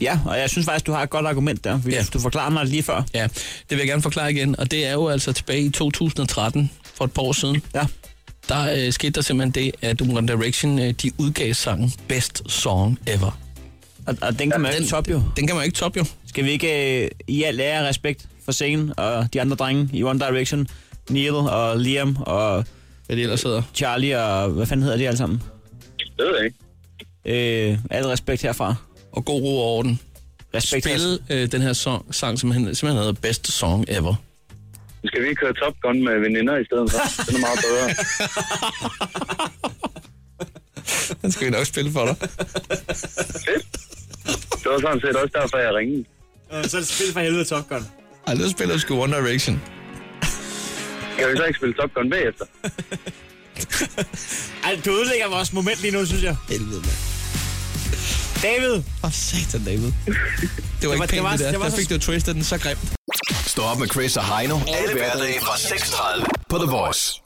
Speaker 3: Ja, og jeg synes faktisk, du har et godt argument der, hvis ja. du forklarer mig det lige før.
Speaker 4: Ja, det vil jeg gerne forklare igen, og det er jo altså tilbage i 2013, for et par år siden.
Speaker 3: Ja.
Speaker 4: Der øh, skete der simpelthen det, at One Direction, øh, de udgav sangen Best Song Ever.
Speaker 3: Og, og den kan man jo ikke toppe, jo.
Speaker 4: Den kan man jo ikke toppe, jo.
Speaker 3: Skal vi ikke øh, i al ære og respekt for scenen og de andre drenge i One Direction, Neil og Liam og...
Speaker 4: Hvad de ellers hedder?
Speaker 3: Charlie og... Hvad fanden hedder de alle sammen?
Speaker 15: Det ved jeg ikke.
Speaker 3: Øh, al respekt herfra.
Speaker 4: Og god ro og orden.
Speaker 3: Respekt
Speaker 4: Spille øh, den her song, sang, som han, simpelthen hedder Best Song Ever.
Speaker 15: Skal vi ikke køre Top Gun med veninder i stedet for? Den er meget bedre.
Speaker 4: Den skal vi nok spille for dig.
Speaker 15: Fedt. Det var sådan set også derfor, jeg ringede.
Speaker 3: Øh, Så er det spil for helvede Top Gun.
Speaker 4: Ej, det spiller sgu One Direction.
Speaker 15: Kan vi så ikke spille Top Gun bagefter?
Speaker 3: Ej, du ødelægger vores moment lige nu, synes jeg.
Speaker 4: Helvede, mand.
Speaker 3: David!
Speaker 4: Åh, oh, satan, David. Det var, det var ikke pænt, det, var, det der. Det var der fik du twistet den så grimt.
Speaker 5: Stå op med Chris og Heino. Alle hverdage fra 6.30 på The Voice.